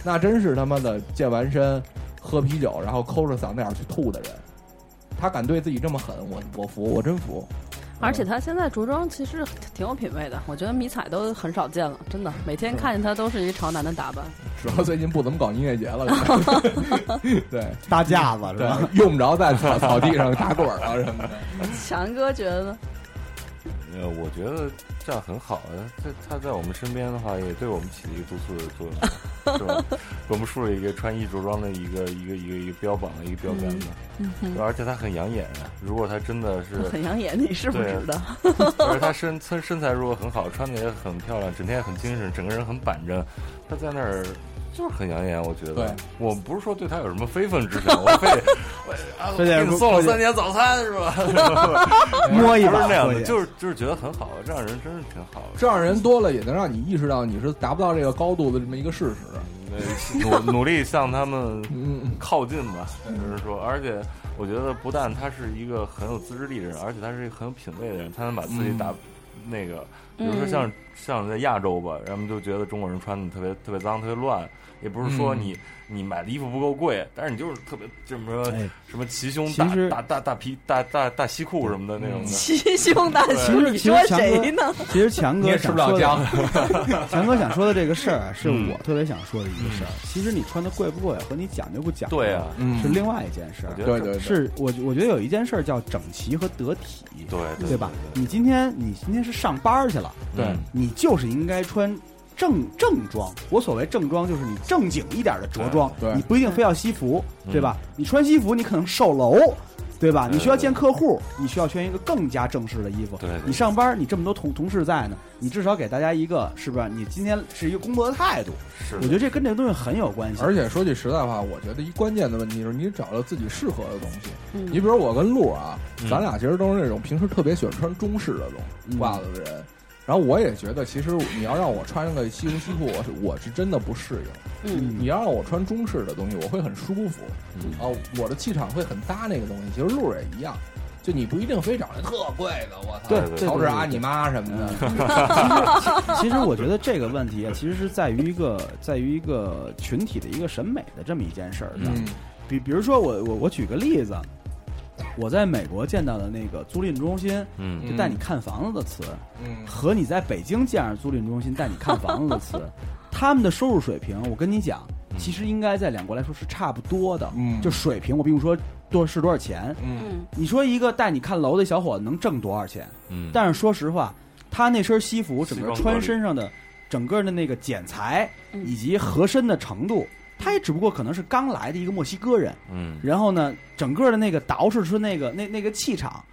[SPEAKER 3] 那真是他妈的健完身，喝啤酒然后抠着嗓子眼儿去吐的人。他敢对自己这么狠，我我服，我真
[SPEAKER 2] [LAUGHS]
[SPEAKER 3] 服。
[SPEAKER 5] 而且他现在着装其实挺有品位的，我觉得迷彩都很少见了，真的，每天看见他都是一潮男的打扮。
[SPEAKER 3] 主要最近不怎么搞音乐节
[SPEAKER 2] [LAUGHS]
[SPEAKER 3] 了，对
[SPEAKER 1] 搭架子是
[SPEAKER 3] 对
[SPEAKER 1] 吧？，
[SPEAKER 3] 用不着在草草地上打滚儿啊什么的。
[SPEAKER 5] 强哥觉得呢，
[SPEAKER 4] 呃，我觉得这样很好啊。他他在我们身边的话，也对我们起了一个督促的作用，是吧？给我们树了一个穿衣着装的一个一个一个一个标榜的一个标杆子，对而且他很养眼啊。如果他真的
[SPEAKER 5] [LAUGHS]
[SPEAKER 4] 是，
[SPEAKER 5] 很养眼，你是不
[SPEAKER 4] 对
[SPEAKER 5] 知道。
[SPEAKER 4] 而且他身身身材如果很好，穿的也很漂亮，整天也很精神，整个人很板正，他在那儿。就是很养眼，我觉
[SPEAKER 3] 对
[SPEAKER 4] 得。我不是说对他有什么非分之想，我非得，我啊，
[SPEAKER 1] 非得
[SPEAKER 4] 给你送了三年早餐是吧？ [LAUGHS]
[SPEAKER 1] [LAUGHS] 摸一
[SPEAKER 4] 不是
[SPEAKER 1] 把
[SPEAKER 4] 那样
[SPEAKER 1] 过
[SPEAKER 4] 的，
[SPEAKER 1] 去
[SPEAKER 4] 就是就是觉得很好，这样人真是挺好的。
[SPEAKER 3] 这样人多了，也能让你意识到你是达不到这个高度的这么一个事实。
[SPEAKER 4] 呃 [LAUGHS] 努努力向他们
[SPEAKER 3] 嗯，
[SPEAKER 4] 靠近吧，就是说，而且我觉得不但他是一个很有自制力的人，而且他是一个很有品味的人，他能把自己打、
[SPEAKER 1] 嗯
[SPEAKER 4] 那个，比如说像、像在亚洲吧，人们就觉得中国人穿的特别特别脏、特别乱，也不是说
[SPEAKER 3] 嗯
[SPEAKER 4] 你、你买的衣服不够贵，但是你就是特别这么说、
[SPEAKER 1] 哎
[SPEAKER 4] 什么齐胸
[SPEAKER 1] 其
[SPEAKER 4] 大
[SPEAKER 1] 实嗯
[SPEAKER 4] 大大大皮大大大西裤什么的那种的。
[SPEAKER 5] 齐胸大
[SPEAKER 4] 对
[SPEAKER 5] 胸，你
[SPEAKER 1] 其实
[SPEAKER 5] 说
[SPEAKER 1] 强哥
[SPEAKER 5] 谁呢？
[SPEAKER 1] 其实强
[SPEAKER 3] 你
[SPEAKER 1] 哥
[SPEAKER 3] 也吃
[SPEAKER 1] 想
[SPEAKER 3] 不
[SPEAKER 1] 说
[SPEAKER 3] 了
[SPEAKER 1] 的
[SPEAKER 3] 姜，，
[SPEAKER 1] 强哥想说的这个事儿啊，是
[SPEAKER 4] 嗯
[SPEAKER 1] 我特别想说的一个事儿。其实你穿的贵不贵和你讲究不讲究，
[SPEAKER 4] 对啊，
[SPEAKER 3] 嗯
[SPEAKER 1] 是另外一件事儿
[SPEAKER 4] 我。觉得
[SPEAKER 3] 对对对，
[SPEAKER 1] 是我我觉得有一件事儿叫整齐和得体，
[SPEAKER 4] 对对
[SPEAKER 1] 对吧？你今天你今天是上班儿去了，
[SPEAKER 4] 对
[SPEAKER 3] 嗯
[SPEAKER 1] 你就是应该穿正正装。我所谓正装，就是你正经一点的着装，
[SPEAKER 3] 对对
[SPEAKER 1] 你不一定非要西服，
[SPEAKER 4] 嗯
[SPEAKER 1] 对吧？你穿西服，你可能售楼，对吧？
[SPEAKER 4] 对
[SPEAKER 1] 你需要见客户，你需要穿一个更加正式的衣服。
[SPEAKER 4] 对对
[SPEAKER 1] 你上班，你这么多同同事在呢，你至少给大家一个是不是？你今天是一个工作的态度，
[SPEAKER 4] 是
[SPEAKER 1] 我觉得这跟这个东西很有关系。
[SPEAKER 3] 而且说句实在话，我觉得一关键的问题是你找到自己适合的东西。
[SPEAKER 2] 嗯
[SPEAKER 3] 你比如我跟鹿啊，
[SPEAKER 4] 嗯
[SPEAKER 3] 咱俩其实都是那种平时特别喜欢穿中式的东西
[SPEAKER 1] 嗯
[SPEAKER 3] 袜子的人。然后我也觉得，其实你要让我穿个西服西裤，我是我是真的不适应。
[SPEAKER 1] [LAUGHS]
[SPEAKER 2] 嗯
[SPEAKER 3] 你要让我穿中式的东西，我会很舒服。
[SPEAKER 4] 嗯
[SPEAKER 3] 啊，我的气场会很搭那个东西。其实鹿儿也一样，就你不一定非找那特贵的，我操，
[SPEAKER 1] 对
[SPEAKER 4] 对
[SPEAKER 1] 对
[SPEAKER 3] 乔治
[SPEAKER 1] 对
[SPEAKER 3] 阿
[SPEAKER 1] 对
[SPEAKER 3] 你妈什么
[SPEAKER 1] [LAUGHS]
[SPEAKER 3] 的。
[SPEAKER 1] 其实我觉得这个问题啊，其实是在于一个在于一个群体的一个审美的这么一件事儿
[SPEAKER 3] 嗯
[SPEAKER 1] 上。比比如说我我我举个例子，我在美国见到的那个租赁中心
[SPEAKER 4] 嗯
[SPEAKER 1] 就带你看房子的词，
[SPEAKER 3] 嗯
[SPEAKER 1] 和你在北京见着租赁中心带你看房子的词，他们的收入水平，我跟你讲，
[SPEAKER 4] 嗯
[SPEAKER 1] 其实应该在两国来说是差不多的。
[SPEAKER 3] 嗯
[SPEAKER 1] 就水平，我并不说多是多少钱。
[SPEAKER 3] 嗯
[SPEAKER 2] 嗯
[SPEAKER 1] 你说一个带你看楼的小伙子能挣多少钱？
[SPEAKER 4] 嗯，
[SPEAKER 1] 但是说实话，他那身西服整个
[SPEAKER 4] 西装革
[SPEAKER 1] 穿
[SPEAKER 4] 履
[SPEAKER 1] 身上的整个的那个剪裁
[SPEAKER 2] 嗯
[SPEAKER 1] 以及合身的程度，他也只不过可能是刚来的一个墨西哥人。
[SPEAKER 4] 嗯
[SPEAKER 1] 然后呢，整个的那个捯饬出那个那那个气场，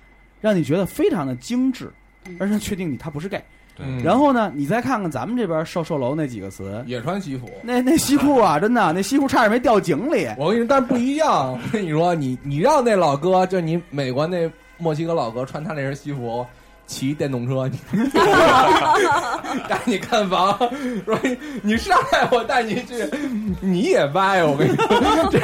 [SPEAKER 1] 让你觉得非常的精致
[SPEAKER 2] 嗯，
[SPEAKER 1] 而且确定你他不是 gay。
[SPEAKER 3] 嗯
[SPEAKER 1] 然后呢，你再看看咱们这边售售楼那几个词，
[SPEAKER 3] 也穿西服。
[SPEAKER 1] 那那西裤
[SPEAKER 3] [LAUGHS]
[SPEAKER 1] 啊，真的那西裤差点没掉井里。
[SPEAKER 3] 我跟你说，但是不一样。
[SPEAKER 1] [LAUGHS]
[SPEAKER 3] 我跟你说，你你让那老哥，就你美国那墨西哥老哥穿他那身西服，骑电动车， [LAUGHS] 你带你看房，说你你上来我带你去，你也歪。我跟你说，这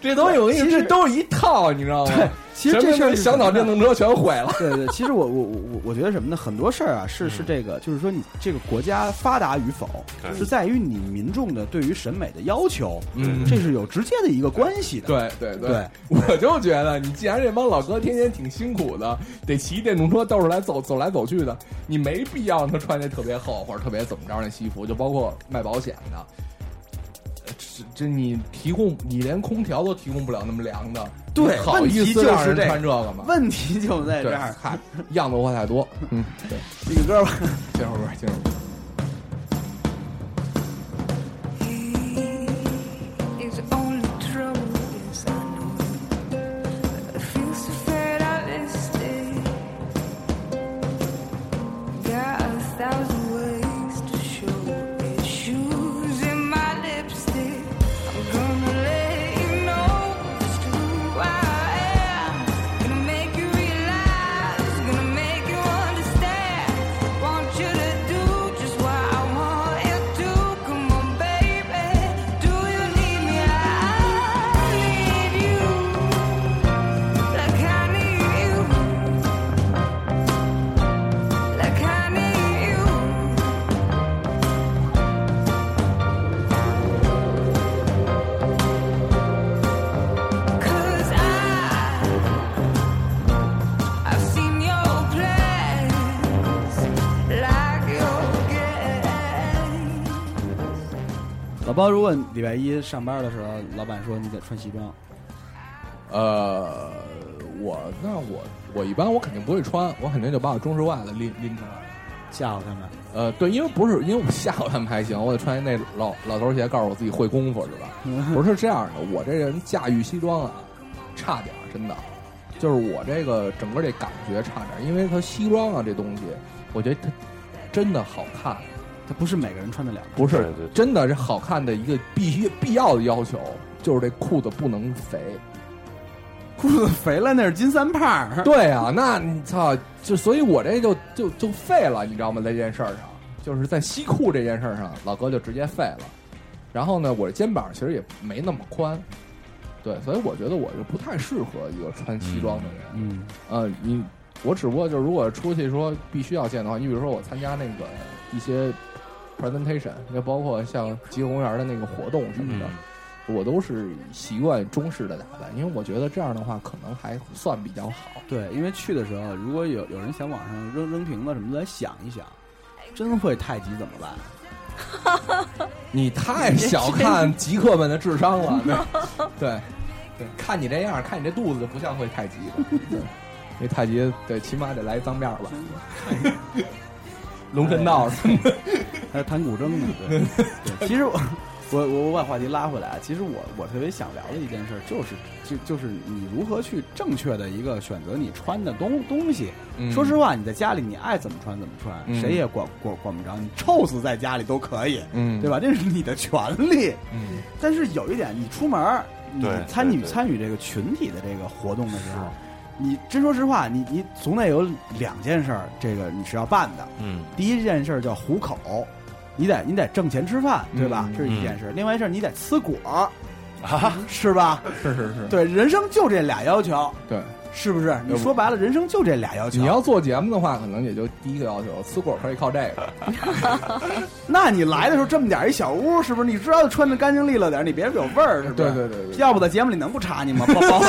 [SPEAKER 3] 这东西我跟你说，这都是一套，你知道吗？
[SPEAKER 1] 对，其实这事儿
[SPEAKER 3] 前面
[SPEAKER 1] 是
[SPEAKER 3] 想
[SPEAKER 1] 什么
[SPEAKER 3] 脑
[SPEAKER 1] 呢
[SPEAKER 3] 电动车全毁了。
[SPEAKER 1] 对对，其实我我我我我觉得什么呢？很多事儿啊，是
[SPEAKER 3] 嗯
[SPEAKER 1] 是这个，就是说你这个国家发达与否，
[SPEAKER 4] 对
[SPEAKER 1] 是在于你民众的对于审美的要求，
[SPEAKER 3] 嗯
[SPEAKER 1] 这是有直接的一个关系的。
[SPEAKER 3] 对对
[SPEAKER 1] 对，
[SPEAKER 3] [LAUGHS] 我就觉得你既然这帮老哥天天挺辛苦的，得骑电动车到处来走走来走去的，你没必要让他穿那特别厚或者特别怎么着那西服，就包括卖保险的，呃这这你提供你连空调都提供不了那么凉的，
[SPEAKER 1] 对
[SPEAKER 3] 你好意
[SPEAKER 1] 问题就
[SPEAKER 3] 思
[SPEAKER 1] 是
[SPEAKER 3] 让人
[SPEAKER 1] 这个
[SPEAKER 3] 穿这个吗？
[SPEAKER 1] 问题就在这
[SPEAKER 3] 对
[SPEAKER 1] 儿，，
[SPEAKER 3] 嗨，样子货太多。嗯，对，
[SPEAKER 1] 这个歌吧，
[SPEAKER 3] 接首歌，接首歌。
[SPEAKER 8] is the only trouble is I know I feel so fed up and stay There are a thousand ways to show it shoes in my lipstick I'm gonna let you know just who I am Gonna make you realize gonna make you understand Want you to do just what I want you to come on baby Do you need me? I need you like I need you like I need you Cause I I've seen your plans like your game
[SPEAKER 1] 老包，如果礼拜一上班的时候，老板说你得穿西装，
[SPEAKER 3] 呃，我那我我一般我肯定不会穿，我肯定就把我中式袜子拎拎出来。
[SPEAKER 1] 吓唬他们。
[SPEAKER 3] 呃，对，因为不是因为我吓唬他们还行，我得穿那老老头鞋，告诉我自己会功夫是吧？不是这样的，我这人驾驭西装啊，差点儿真的，就是我这个整个这感觉差点儿，因为它西装啊这东西，我觉得它真的好看，
[SPEAKER 1] 它不是每个人穿得了的，
[SPEAKER 3] 不是
[SPEAKER 4] 对对对
[SPEAKER 3] 真的是好看的一个必须必要的要求，就是这裤子不能肥。
[SPEAKER 1] 裤子肥了那是金三胖儿，
[SPEAKER 3] 对啊，那你操，就所以我这就就就废了，你知道吗？在这件事儿上，就是在西裤这件事儿上，老哥就直接废了。然后呢，我这肩膀其实也没那么宽，对，所以我觉得我就不太适合一个穿西装的人。
[SPEAKER 1] 嗯，
[SPEAKER 3] 呃，你我只不过就是如果出去说必须要见的话，你比如说我参加那个一些 presentation，就包括像极客公园的那个活动什么的，我都是习惯中式的打扮，因为我觉得这样的话可能还算比较好。
[SPEAKER 1] 对，因为去的时候，如果有有人想往上扔扔瓶子什么的，想一想，真会太极怎么办？
[SPEAKER 3] 你太小看极客们的智商了， [LAUGHS] 对对对，看你这样，看你这肚子就不像会太极 [LAUGHS] 的，对那太极对起码得来一脏辫儿 [LAUGHS] 吧，龙神道什么的，
[SPEAKER 1] 还有弹古筝呢。对，对其实我我我我把话题拉回来啊，其实我我特别想聊的一件事儿就是就就是你如何去正确的一个选择你穿的东东西。
[SPEAKER 3] 嗯
[SPEAKER 1] 说实话，你在家里你爱怎么穿怎么穿，
[SPEAKER 3] 嗯
[SPEAKER 1] 谁也管管管不着，你臭死在家里都可以，
[SPEAKER 3] 嗯
[SPEAKER 1] 对？吧？这是你的权利。
[SPEAKER 3] 嗯。
[SPEAKER 1] 但是有一点，你出门儿，你
[SPEAKER 4] 对
[SPEAKER 1] 参与
[SPEAKER 4] 对对
[SPEAKER 1] 参与这个群体的这个活动的时候，你真说实话，你你总得有两件事儿，这个你是要办的。
[SPEAKER 4] 嗯，
[SPEAKER 1] 第一件事儿叫糊口，你得你得挣钱吃饭，对吧？
[SPEAKER 3] 嗯
[SPEAKER 1] 这是一件事儿。另外一事儿你得呲果儿，
[SPEAKER 4] 啊，
[SPEAKER 1] 是吧？
[SPEAKER 3] 是是是，
[SPEAKER 1] 对，人生就这俩要求，
[SPEAKER 3] 对。
[SPEAKER 1] 是不是？你说白了，人生就这俩要求。
[SPEAKER 3] 你要做节目的话，可能也就第一个要求，呲果可以靠这 [LAUGHS] 个。
[SPEAKER 1] 那你来的时候这么点儿一小屋，是不是？你知道穿的干净利落点儿，你别有味儿，是不是？
[SPEAKER 3] 对对对对对
[SPEAKER 1] 要不在节目里能不查你吗？包包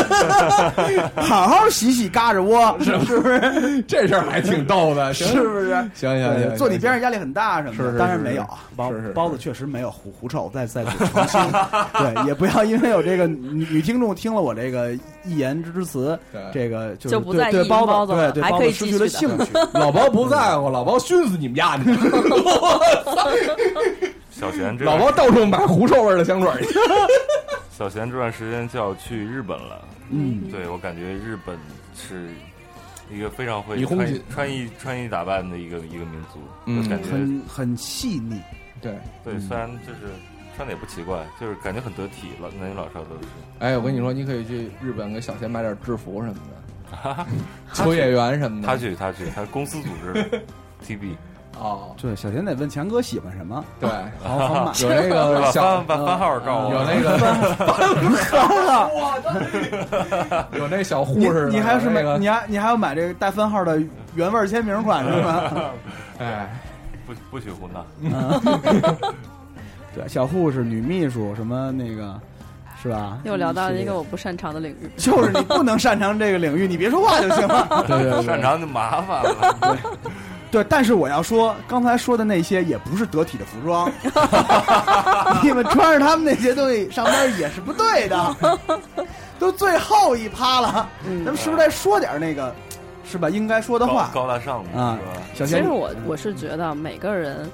[SPEAKER 1] [LAUGHS] 好好洗洗嘎着窝，是不是？
[SPEAKER 3] 这事儿还挺逗 [LAUGHS] 的，行
[SPEAKER 1] [LAUGHS] 是不是？
[SPEAKER 3] 行行
[SPEAKER 1] 对
[SPEAKER 3] 行，
[SPEAKER 1] 坐你
[SPEAKER 3] 行
[SPEAKER 1] 边上压力很大什么的，
[SPEAKER 3] 是是是
[SPEAKER 1] 当然没有啊。
[SPEAKER 3] 是
[SPEAKER 1] 包
[SPEAKER 3] 是是
[SPEAKER 1] 包子确实没有狐狐臭，再再次澄
[SPEAKER 3] [LAUGHS]
[SPEAKER 1] 清，对，也不要因为有这个女女听众听了我这个一言之词
[SPEAKER 3] 对，
[SPEAKER 1] 这个就
[SPEAKER 2] 就是不
[SPEAKER 1] 对
[SPEAKER 2] 再
[SPEAKER 1] 对
[SPEAKER 2] 意淫包
[SPEAKER 1] 子
[SPEAKER 2] 子了
[SPEAKER 1] 对对
[SPEAKER 2] 还
[SPEAKER 1] 包
[SPEAKER 2] 可
[SPEAKER 1] 子
[SPEAKER 2] 以
[SPEAKER 1] 失
[SPEAKER 2] 继
[SPEAKER 1] 去了
[SPEAKER 2] 续
[SPEAKER 1] 兴
[SPEAKER 2] 的 [LAUGHS]
[SPEAKER 1] 趣。
[SPEAKER 3] 老包不在乎，老包熏死你们 [LAUGHS] 家去！
[SPEAKER 4] 小贤这
[SPEAKER 3] 老包到处买狐臭味儿的香水儿去。
[SPEAKER 4] 小贤这段时间就要去日本了，
[SPEAKER 1] 嗯，
[SPEAKER 4] 对我感觉日本是一个非常会
[SPEAKER 3] 以空气
[SPEAKER 4] 穿穿衣穿衣打扮的一个一个民族，
[SPEAKER 3] 嗯
[SPEAKER 4] 就感觉
[SPEAKER 1] 很很细腻，
[SPEAKER 3] 对，
[SPEAKER 4] 对，虽然就是穿的也不奇怪，就是感觉很得体，老男女老少都是。
[SPEAKER 3] 哎，我跟你说，你可以去日本给小贤买点制服什么的，秋叶原什么的。 [LAUGHS]
[SPEAKER 4] 他去，他去，他是公司组织的 TB，
[SPEAKER 3] 啊哦，
[SPEAKER 1] 对，小田得问强哥喜欢什么，
[SPEAKER 3] 对，
[SPEAKER 1] 好好
[SPEAKER 3] [LAUGHS]
[SPEAKER 1] 买。
[SPEAKER 3] 有那个
[SPEAKER 4] 把
[SPEAKER 3] 呃小
[SPEAKER 4] 番把番号告啊我，
[SPEAKER 3] 有那个 [LAUGHS]
[SPEAKER 1] [LAUGHS]
[SPEAKER 3] 有那小护士的，
[SPEAKER 1] 你你还是
[SPEAKER 3] 那
[SPEAKER 1] 买，
[SPEAKER 3] 个
[SPEAKER 1] 你还你还要买这个带番号的原味签名款是吗？
[SPEAKER 3] [LAUGHS] 哎，
[SPEAKER 4] 不不许胡闹，
[SPEAKER 1] 对，小护士、女秘书什么那个，是吧？
[SPEAKER 5] 又聊到了一个
[SPEAKER 1] 系
[SPEAKER 5] 我不擅长的领域。
[SPEAKER 1] 列， [LAUGHS] 就是你不能擅长这个领域，你别说话就行
[SPEAKER 5] [LAUGHS]
[SPEAKER 1] 了。
[SPEAKER 3] 对对
[SPEAKER 4] 擅长就麻烦
[SPEAKER 3] [LAUGHS]
[SPEAKER 4] 了。
[SPEAKER 1] 对，但是我要说，刚才说的那些也不是得体的服
[SPEAKER 5] [LAUGHS]
[SPEAKER 1] 装，你们穿着他们那些东西上班也是不对的，
[SPEAKER 5] [LAUGHS]
[SPEAKER 1] 都最后一趴了，
[SPEAKER 5] 嗯
[SPEAKER 1] 咱们是不是再说点那个，是吧？应该说的
[SPEAKER 4] 高
[SPEAKER 1] 话
[SPEAKER 4] 高大上的
[SPEAKER 3] 嗯
[SPEAKER 1] 啊
[SPEAKER 4] 是吧？，
[SPEAKER 1] 小
[SPEAKER 5] 其
[SPEAKER 1] 仙
[SPEAKER 5] 实
[SPEAKER 1] 女，
[SPEAKER 5] 我我是觉得啊每个人，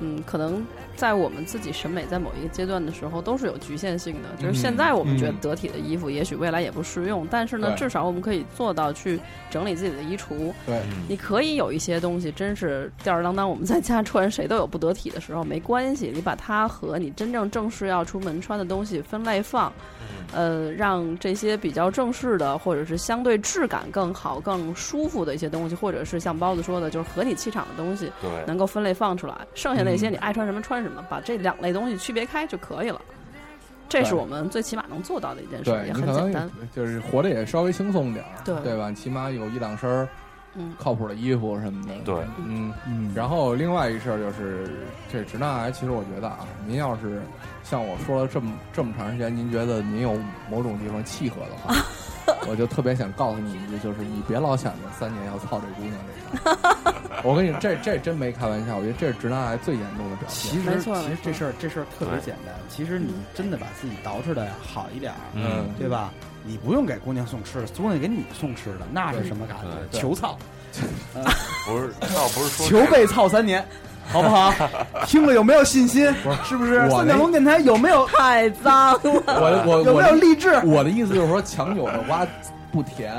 [SPEAKER 5] 嗯，可能在我们自己审美在某一个阶段的时候都是有局限性的。就是
[SPEAKER 1] 嗯
[SPEAKER 5] 现在我们觉得得体的衣服，也许未来也不适用，但是呢，
[SPEAKER 3] 对
[SPEAKER 5] 至少我们可以做到去整理自己的衣橱。
[SPEAKER 3] 对，
[SPEAKER 4] 嗯
[SPEAKER 5] 你可以有一些东西真是吊儿郎当，我们在家穿谁都有不得体的时候，没关系，你把它和你真正正式要出门穿的东西分类放，
[SPEAKER 3] 嗯
[SPEAKER 5] 呃，让这些比较正式的或者是相对质感更好、更舒服的一些东西，或者是像包子说的，就是合你气场的东西，
[SPEAKER 4] 对，
[SPEAKER 5] 能够分类放出来。剩下那些你爱穿什么穿什么，把这两类东西区别开就可以了。这是
[SPEAKER 3] 对
[SPEAKER 5] 我们最起码能做到的一件事，也
[SPEAKER 3] 对你
[SPEAKER 5] 很
[SPEAKER 3] 可
[SPEAKER 5] 简
[SPEAKER 3] 能
[SPEAKER 5] 单。
[SPEAKER 3] 也就是活得也稍微轻松点儿，
[SPEAKER 5] 对
[SPEAKER 3] 对吧？起码有一两身儿
[SPEAKER 5] 嗯
[SPEAKER 3] 靠谱的衣服什么的。
[SPEAKER 4] 对
[SPEAKER 3] 嗯。
[SPEAKER 1] 嗯，
[SPEAKER 3] 然后另外一事儿就是，这直男癌，其实我觉得啊，您要是像我说了这么这么长时间，您觉得您有某种地方契合的话，我就特别想告诉你一句，就是你别老想着三年要操这姑娘这事儿。我跟你这这真没开玩笑，我觉得这是直男癌最严重的表现。
[SPEAKER 1] 其
[SPEAKER 5] 没
[SPEAKER 1] 实其
[SPEAKER 5] 错嗯没
[SPEAKER 1] 实
[SPEAKER 5] 错
[SPEAKER 1] 这事儿这事儿特别
[SPEAKER 4] 对
[SPEAKER 1] 简单，其实你真的把自己捯饬的好一点儿，
[SPEAKER 4] 嗯，
[SPEAKER 1] 对吧？你不用给姑娘送吃的，姑娘给你送吃的，那是什么感觉？
[SPEAKER 3] 对
[SPEAKER 1] 求操，
[SPEAKER 4] 不是，倒不是说
[SPEAKER 1] 求被操三年，好不
[SPEAKER 3] [LAUGHS]
[SPEAKER 1] 好？听了有没有信心？是不是？
[SPEAKER 3] 我
[SPEAKER 1] 三角龙电台有没有
[SPEAKER 5] 太脏了，
[SPEAKER 3] 我我
[SPEAKER 1] 有
[SPEAKER 3] 我
[SPEAKER 1] 没有励志？
[SPEAKER 3] [LAUGHS] 我的意思就是说，强扭的瓜不甜。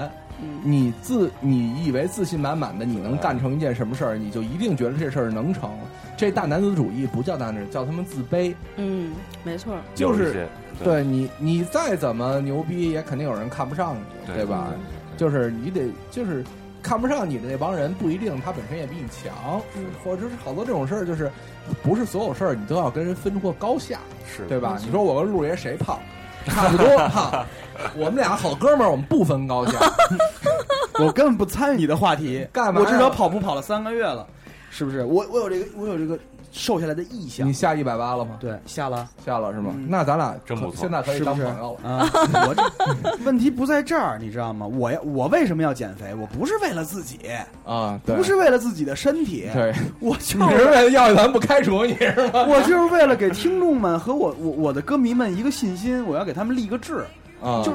[SPEAKER 3] 你自你以为自信满满的你能干成一件什么事儿，你就一定觉得这事儿能成。这大男子主义不叫大男子，叫他们自卑。
[SPEAKER 5] 嗯，没错。
[SPEAKER 3] 就
[SPEAKER 4] 有一
[SPEAKER 3] 是
[SPEAKER 4] 些
[SPEAKER 3] 对你，你再怎么牛逼，也肯定有人看不上你，
[SPEAKER 4] 对
[SPEAKER 3] 对吧？就是你得就是。看不上你的那帮人不一定他本身也比你强，或者是好多这种事儿，就是不是所有事儿你都要跟人分出个高下。
[SPEAKER 1] 嗯
[SPEAKER 4] 是
[SPEAKER 3] 对吧？你说我跟陆爷谁胖？差不
[SPEAKER 1] [LAUGHS]
[SPEAKER 3] 多胖，我们俩好哥们儿，我们不分高下。
[SPEAKER 1] [LAUGHS] 我根本不参与你的话题，
[SPEAKER 3] [LAUGHS] 干嘛呀
[SPEAKER 1] 我至少跑步跑了三个月了，是不是？我我有这个我有这个瘦下来的意向
[SPEAKER 3] 你，下一百八了吗？
[SPEAKER 1] 对，下了
[SPEAKER 3] 下了是吗？
[SPEAKER 1] 嗯
[SPEAKER 3] 那咱俩
[SPEAKER 4] 真不
[SPEAKER 3] 可
[SPEAKER 4] 错
[SPEAKER 3] 现在可以
[SPEAKER 1] 是不
[SPEAKER 3] 当
[SPEAKER 1] 是
[SPEAKER 3] 朋友了。
[SPEAKER 1] 啊？我这问题不在这儿，你知道吗？我呀，我为什么要减肥？我不是为了自己，
[SPEAKER 3] 啊，对，
[SPEAKER 1] 不是为了自己的身体， [LAUGHS]
[SPEAKER 3] 对，
[SPEAKER 1] 我就
[SPEAKER 3] 你是
[SPEAKER 1] 是
[SPEAKER 3] 为了要咱不开
[SPEAKER 1] [LAUGHS]
[SPEAKER 3] 除你是吗？
[SPEAKER 1] 我就是为了给听众们和我我我的歌迷们一个信心，我要给他们立个志，
[SPEAKER 3] 啊，
[SPEAKER 1] 就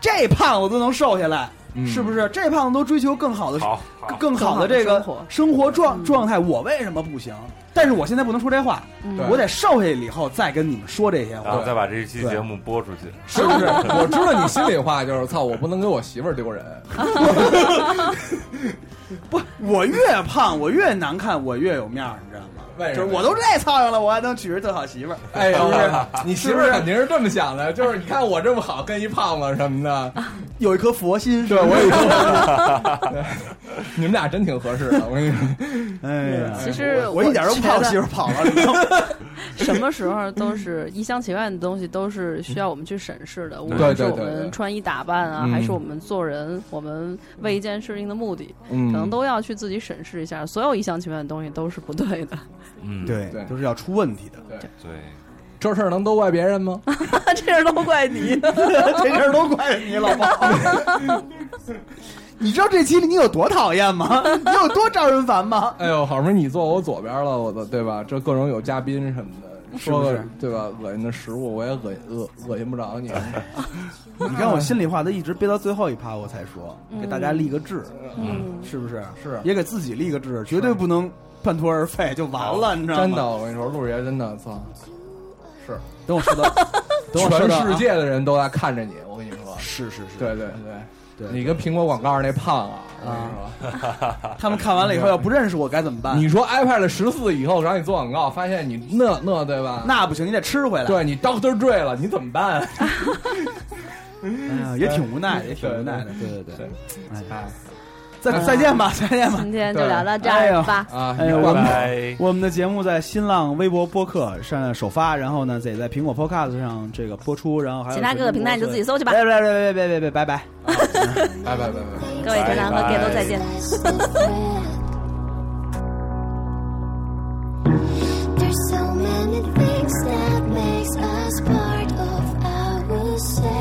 [SPEAKER 1] 这胖子都能瘦下来，
[SPEAKER 3] 嗯
[SPEAKER 1] 是不是？这胖子都追求更好的
[SPEAKER 4] 好，好
[SPEAKER 1] 更更好的这
[SPEAKER 5] 更
[SPEAKER 1] 个
[SPEAKER 5] 好的嗯
[SPEAKER 1] 生活状状态，我为什么不行？但是我现在不能说这话，
[SPEAKER 5] 嗯
[SPEAKER 3] 对 [LAUGHS]
[SPEAKER 1] 我得瘦下来了以后再跟你们说这些
[SPEAKER 4] 然后
[SPEAKER 1] 话，
[SPEAKER 4] 再把这一期
[SPEAKER 1] 对
[SPEAKER 4] 节目播出去，
[SPEAKER 3] 是不是？我知道你心里话就是操，我不能给我媳妇儿丢人。
[SPEAKER 1] [LAUGHS] 不，我越胖我越难看，我越有面儿，你知道
[SPEAKER 3] 为
[SPEAKER 1] 吗？
[SPEAKER 3] 什
[SPEAKER 1] 就
[SPEAKER 3] 么
[SPEAKER 1] 是我都这操样了，我还能娶着特好媳妇儿？
[SPEAKER 3] 哎
[SPEAKER 1] 是
[SPEAKER 3] 呦
[SPEAKER 1] 不是？，
[SPEAKER 3] [LAUGHS] 你媳妇
[SPEAKER 1] 是
[SPEAKER 3] 儿
[SPEAKER 1] 不是
[SPEAKER 3] 肯定是这么想的，就是你看我这么好，跟一胖子什么的，
[SPEAKER 1] [LAUGHS] 有一颗佛心，
[SPEAKER 3] 对
[SPEAKER 1] 是吧
[SPEAKER 3] [LAUGHS] 我也说， [LAUGHS] 对你们俩真挺合适的，我跟你说。 [LAUGHS]
[SPEAKER 1] 哎呀，
[SPEAKER 5] 其实
[SPEAKER 1] 我一点都不怕
[SPEAKER 5] 觉
[SPEAKER 1] 我
[SPEAKER 5] 得
[SPEAKER 1] 媳妇儿跑了，
[SPEAKER 5] 什么时 [LAUGHS] 候都是一厢情愿的东西，都是需要我们去审视的。无
[SPEAKER 3] 对
[SPEAKER 5] 论是
[SPEAKER 3] 对
[SPEAKER 5] 我
[SPEAKER 3] 对对
[SPEAKER 5] 们穿衣打扮啊，
[SPEAKER 3] 嗯
[SPEAKER 5] 还是我们做人，我们为一件事情的目的，
[SPEAKER 3] 嗯
[SPEAKER 5] 可能都要去自己审视一下。所有一厢情愿的东西都是不对的， [LAUGHS]
[SPEAKER 4] 嗯，
[SPEAKER 1] 对
[SPEAKER 3] 对
[SPEAKER 1] 都是要出问题的，
[SPEAKER 4] 对，
[SPEAKER 3] 这事儿能都怪别人吗？
[SPEAKER 5] 这事儿都怪你。
[SPEAKER 1] [LAUGHS] 这事儿都怪你老婆。 [LAUGHS] 你知道这期你有多讨厌 [LAUGHS] 吗？你有多招人烦吗？
[SPEAKER 3] 哎呦，好不容易你坐我左边了，我的对吧？这各种有嘉宾什么的，
[SPEAKER 1] 是不
[SPEAKER 3] 说
[SPEAKER 1] 是
[SPEAKER 3] 个对吧？恶心的食物我也恶恶恶心不
[SPEAKER 1] [LAUGHS]
[SPEAKER 3] 着你。
[SPEAKER 1] 你看我心里话都一直憋到最后一趴我才说，给大家立个志，嗯是不是？
[SPEAKER 3] 是
[SPEAKER 1] 也给自己立个志，绝对不能半途而废就完了，你知道吗？
[SPEAKER 3] 真的，，我跟你说，陆爷真的操，是
[SPEAKER 1] 等我说 [LAUGHS] 到，等我说
[SPEAKER 3] 全
[SPEAKER 1] 到啊
[SPEAKER 3] 世界的人都在看着你。我跟你说，
[SPEAKER 1] 是是是，
[SPEAKER 3] 对对
[SPEAKER 1] 对
[SPEAKER 3] 对，你跟苹果广告那胖啊，我跟你说。
[SPEAKER 1] 他们看完了以后要不认识我该怎么办？
[SPEAKER 3] 你说 iPad 十四以后让你做广告，发现你那那对吧？
[SPEAKER 1] 那不行，你得吃回来。
[SPEAKER 3] 对你 Doctor Dre 了，你怎
[SPEAKER 1] [LAUGHS]
[SPEAKER 3] 么办啊？
[SPEAKER 1] 哎呀，也挺无奈的，也挺
[SPEAKER 3] 对
[SPEAKER 1] 无奈的。对对对，
[SPEAKER 3] 哎，
[SPEAKER 1] 再再见吧，再见吧。
[SPEAKER 5] 今天就聊到这儿吧。
[SPEAKER 3] 啊，
[SPEAKER 1] 哎呦
[SPEAKER 3] 我
[SPEAKER 1] 我们
[SPEAKER 4] 拜。
[SPEAKER 1] 我们的节目在新浪微博播客上首发，然后呢，也在苹果 Podcast 上这个播出，然后还有
[SPEAKER 5] 其他各个平台你就自己搜去吧
[SPEAKER 1] 别别别别别别别，拜拜。
[SPEAKER 3] 拜拜拜拜。
[SPEAKER 5] 各位宅男和 gay 都再见。
[SPEAKER 6] There's so many things that makes us part of ourselves.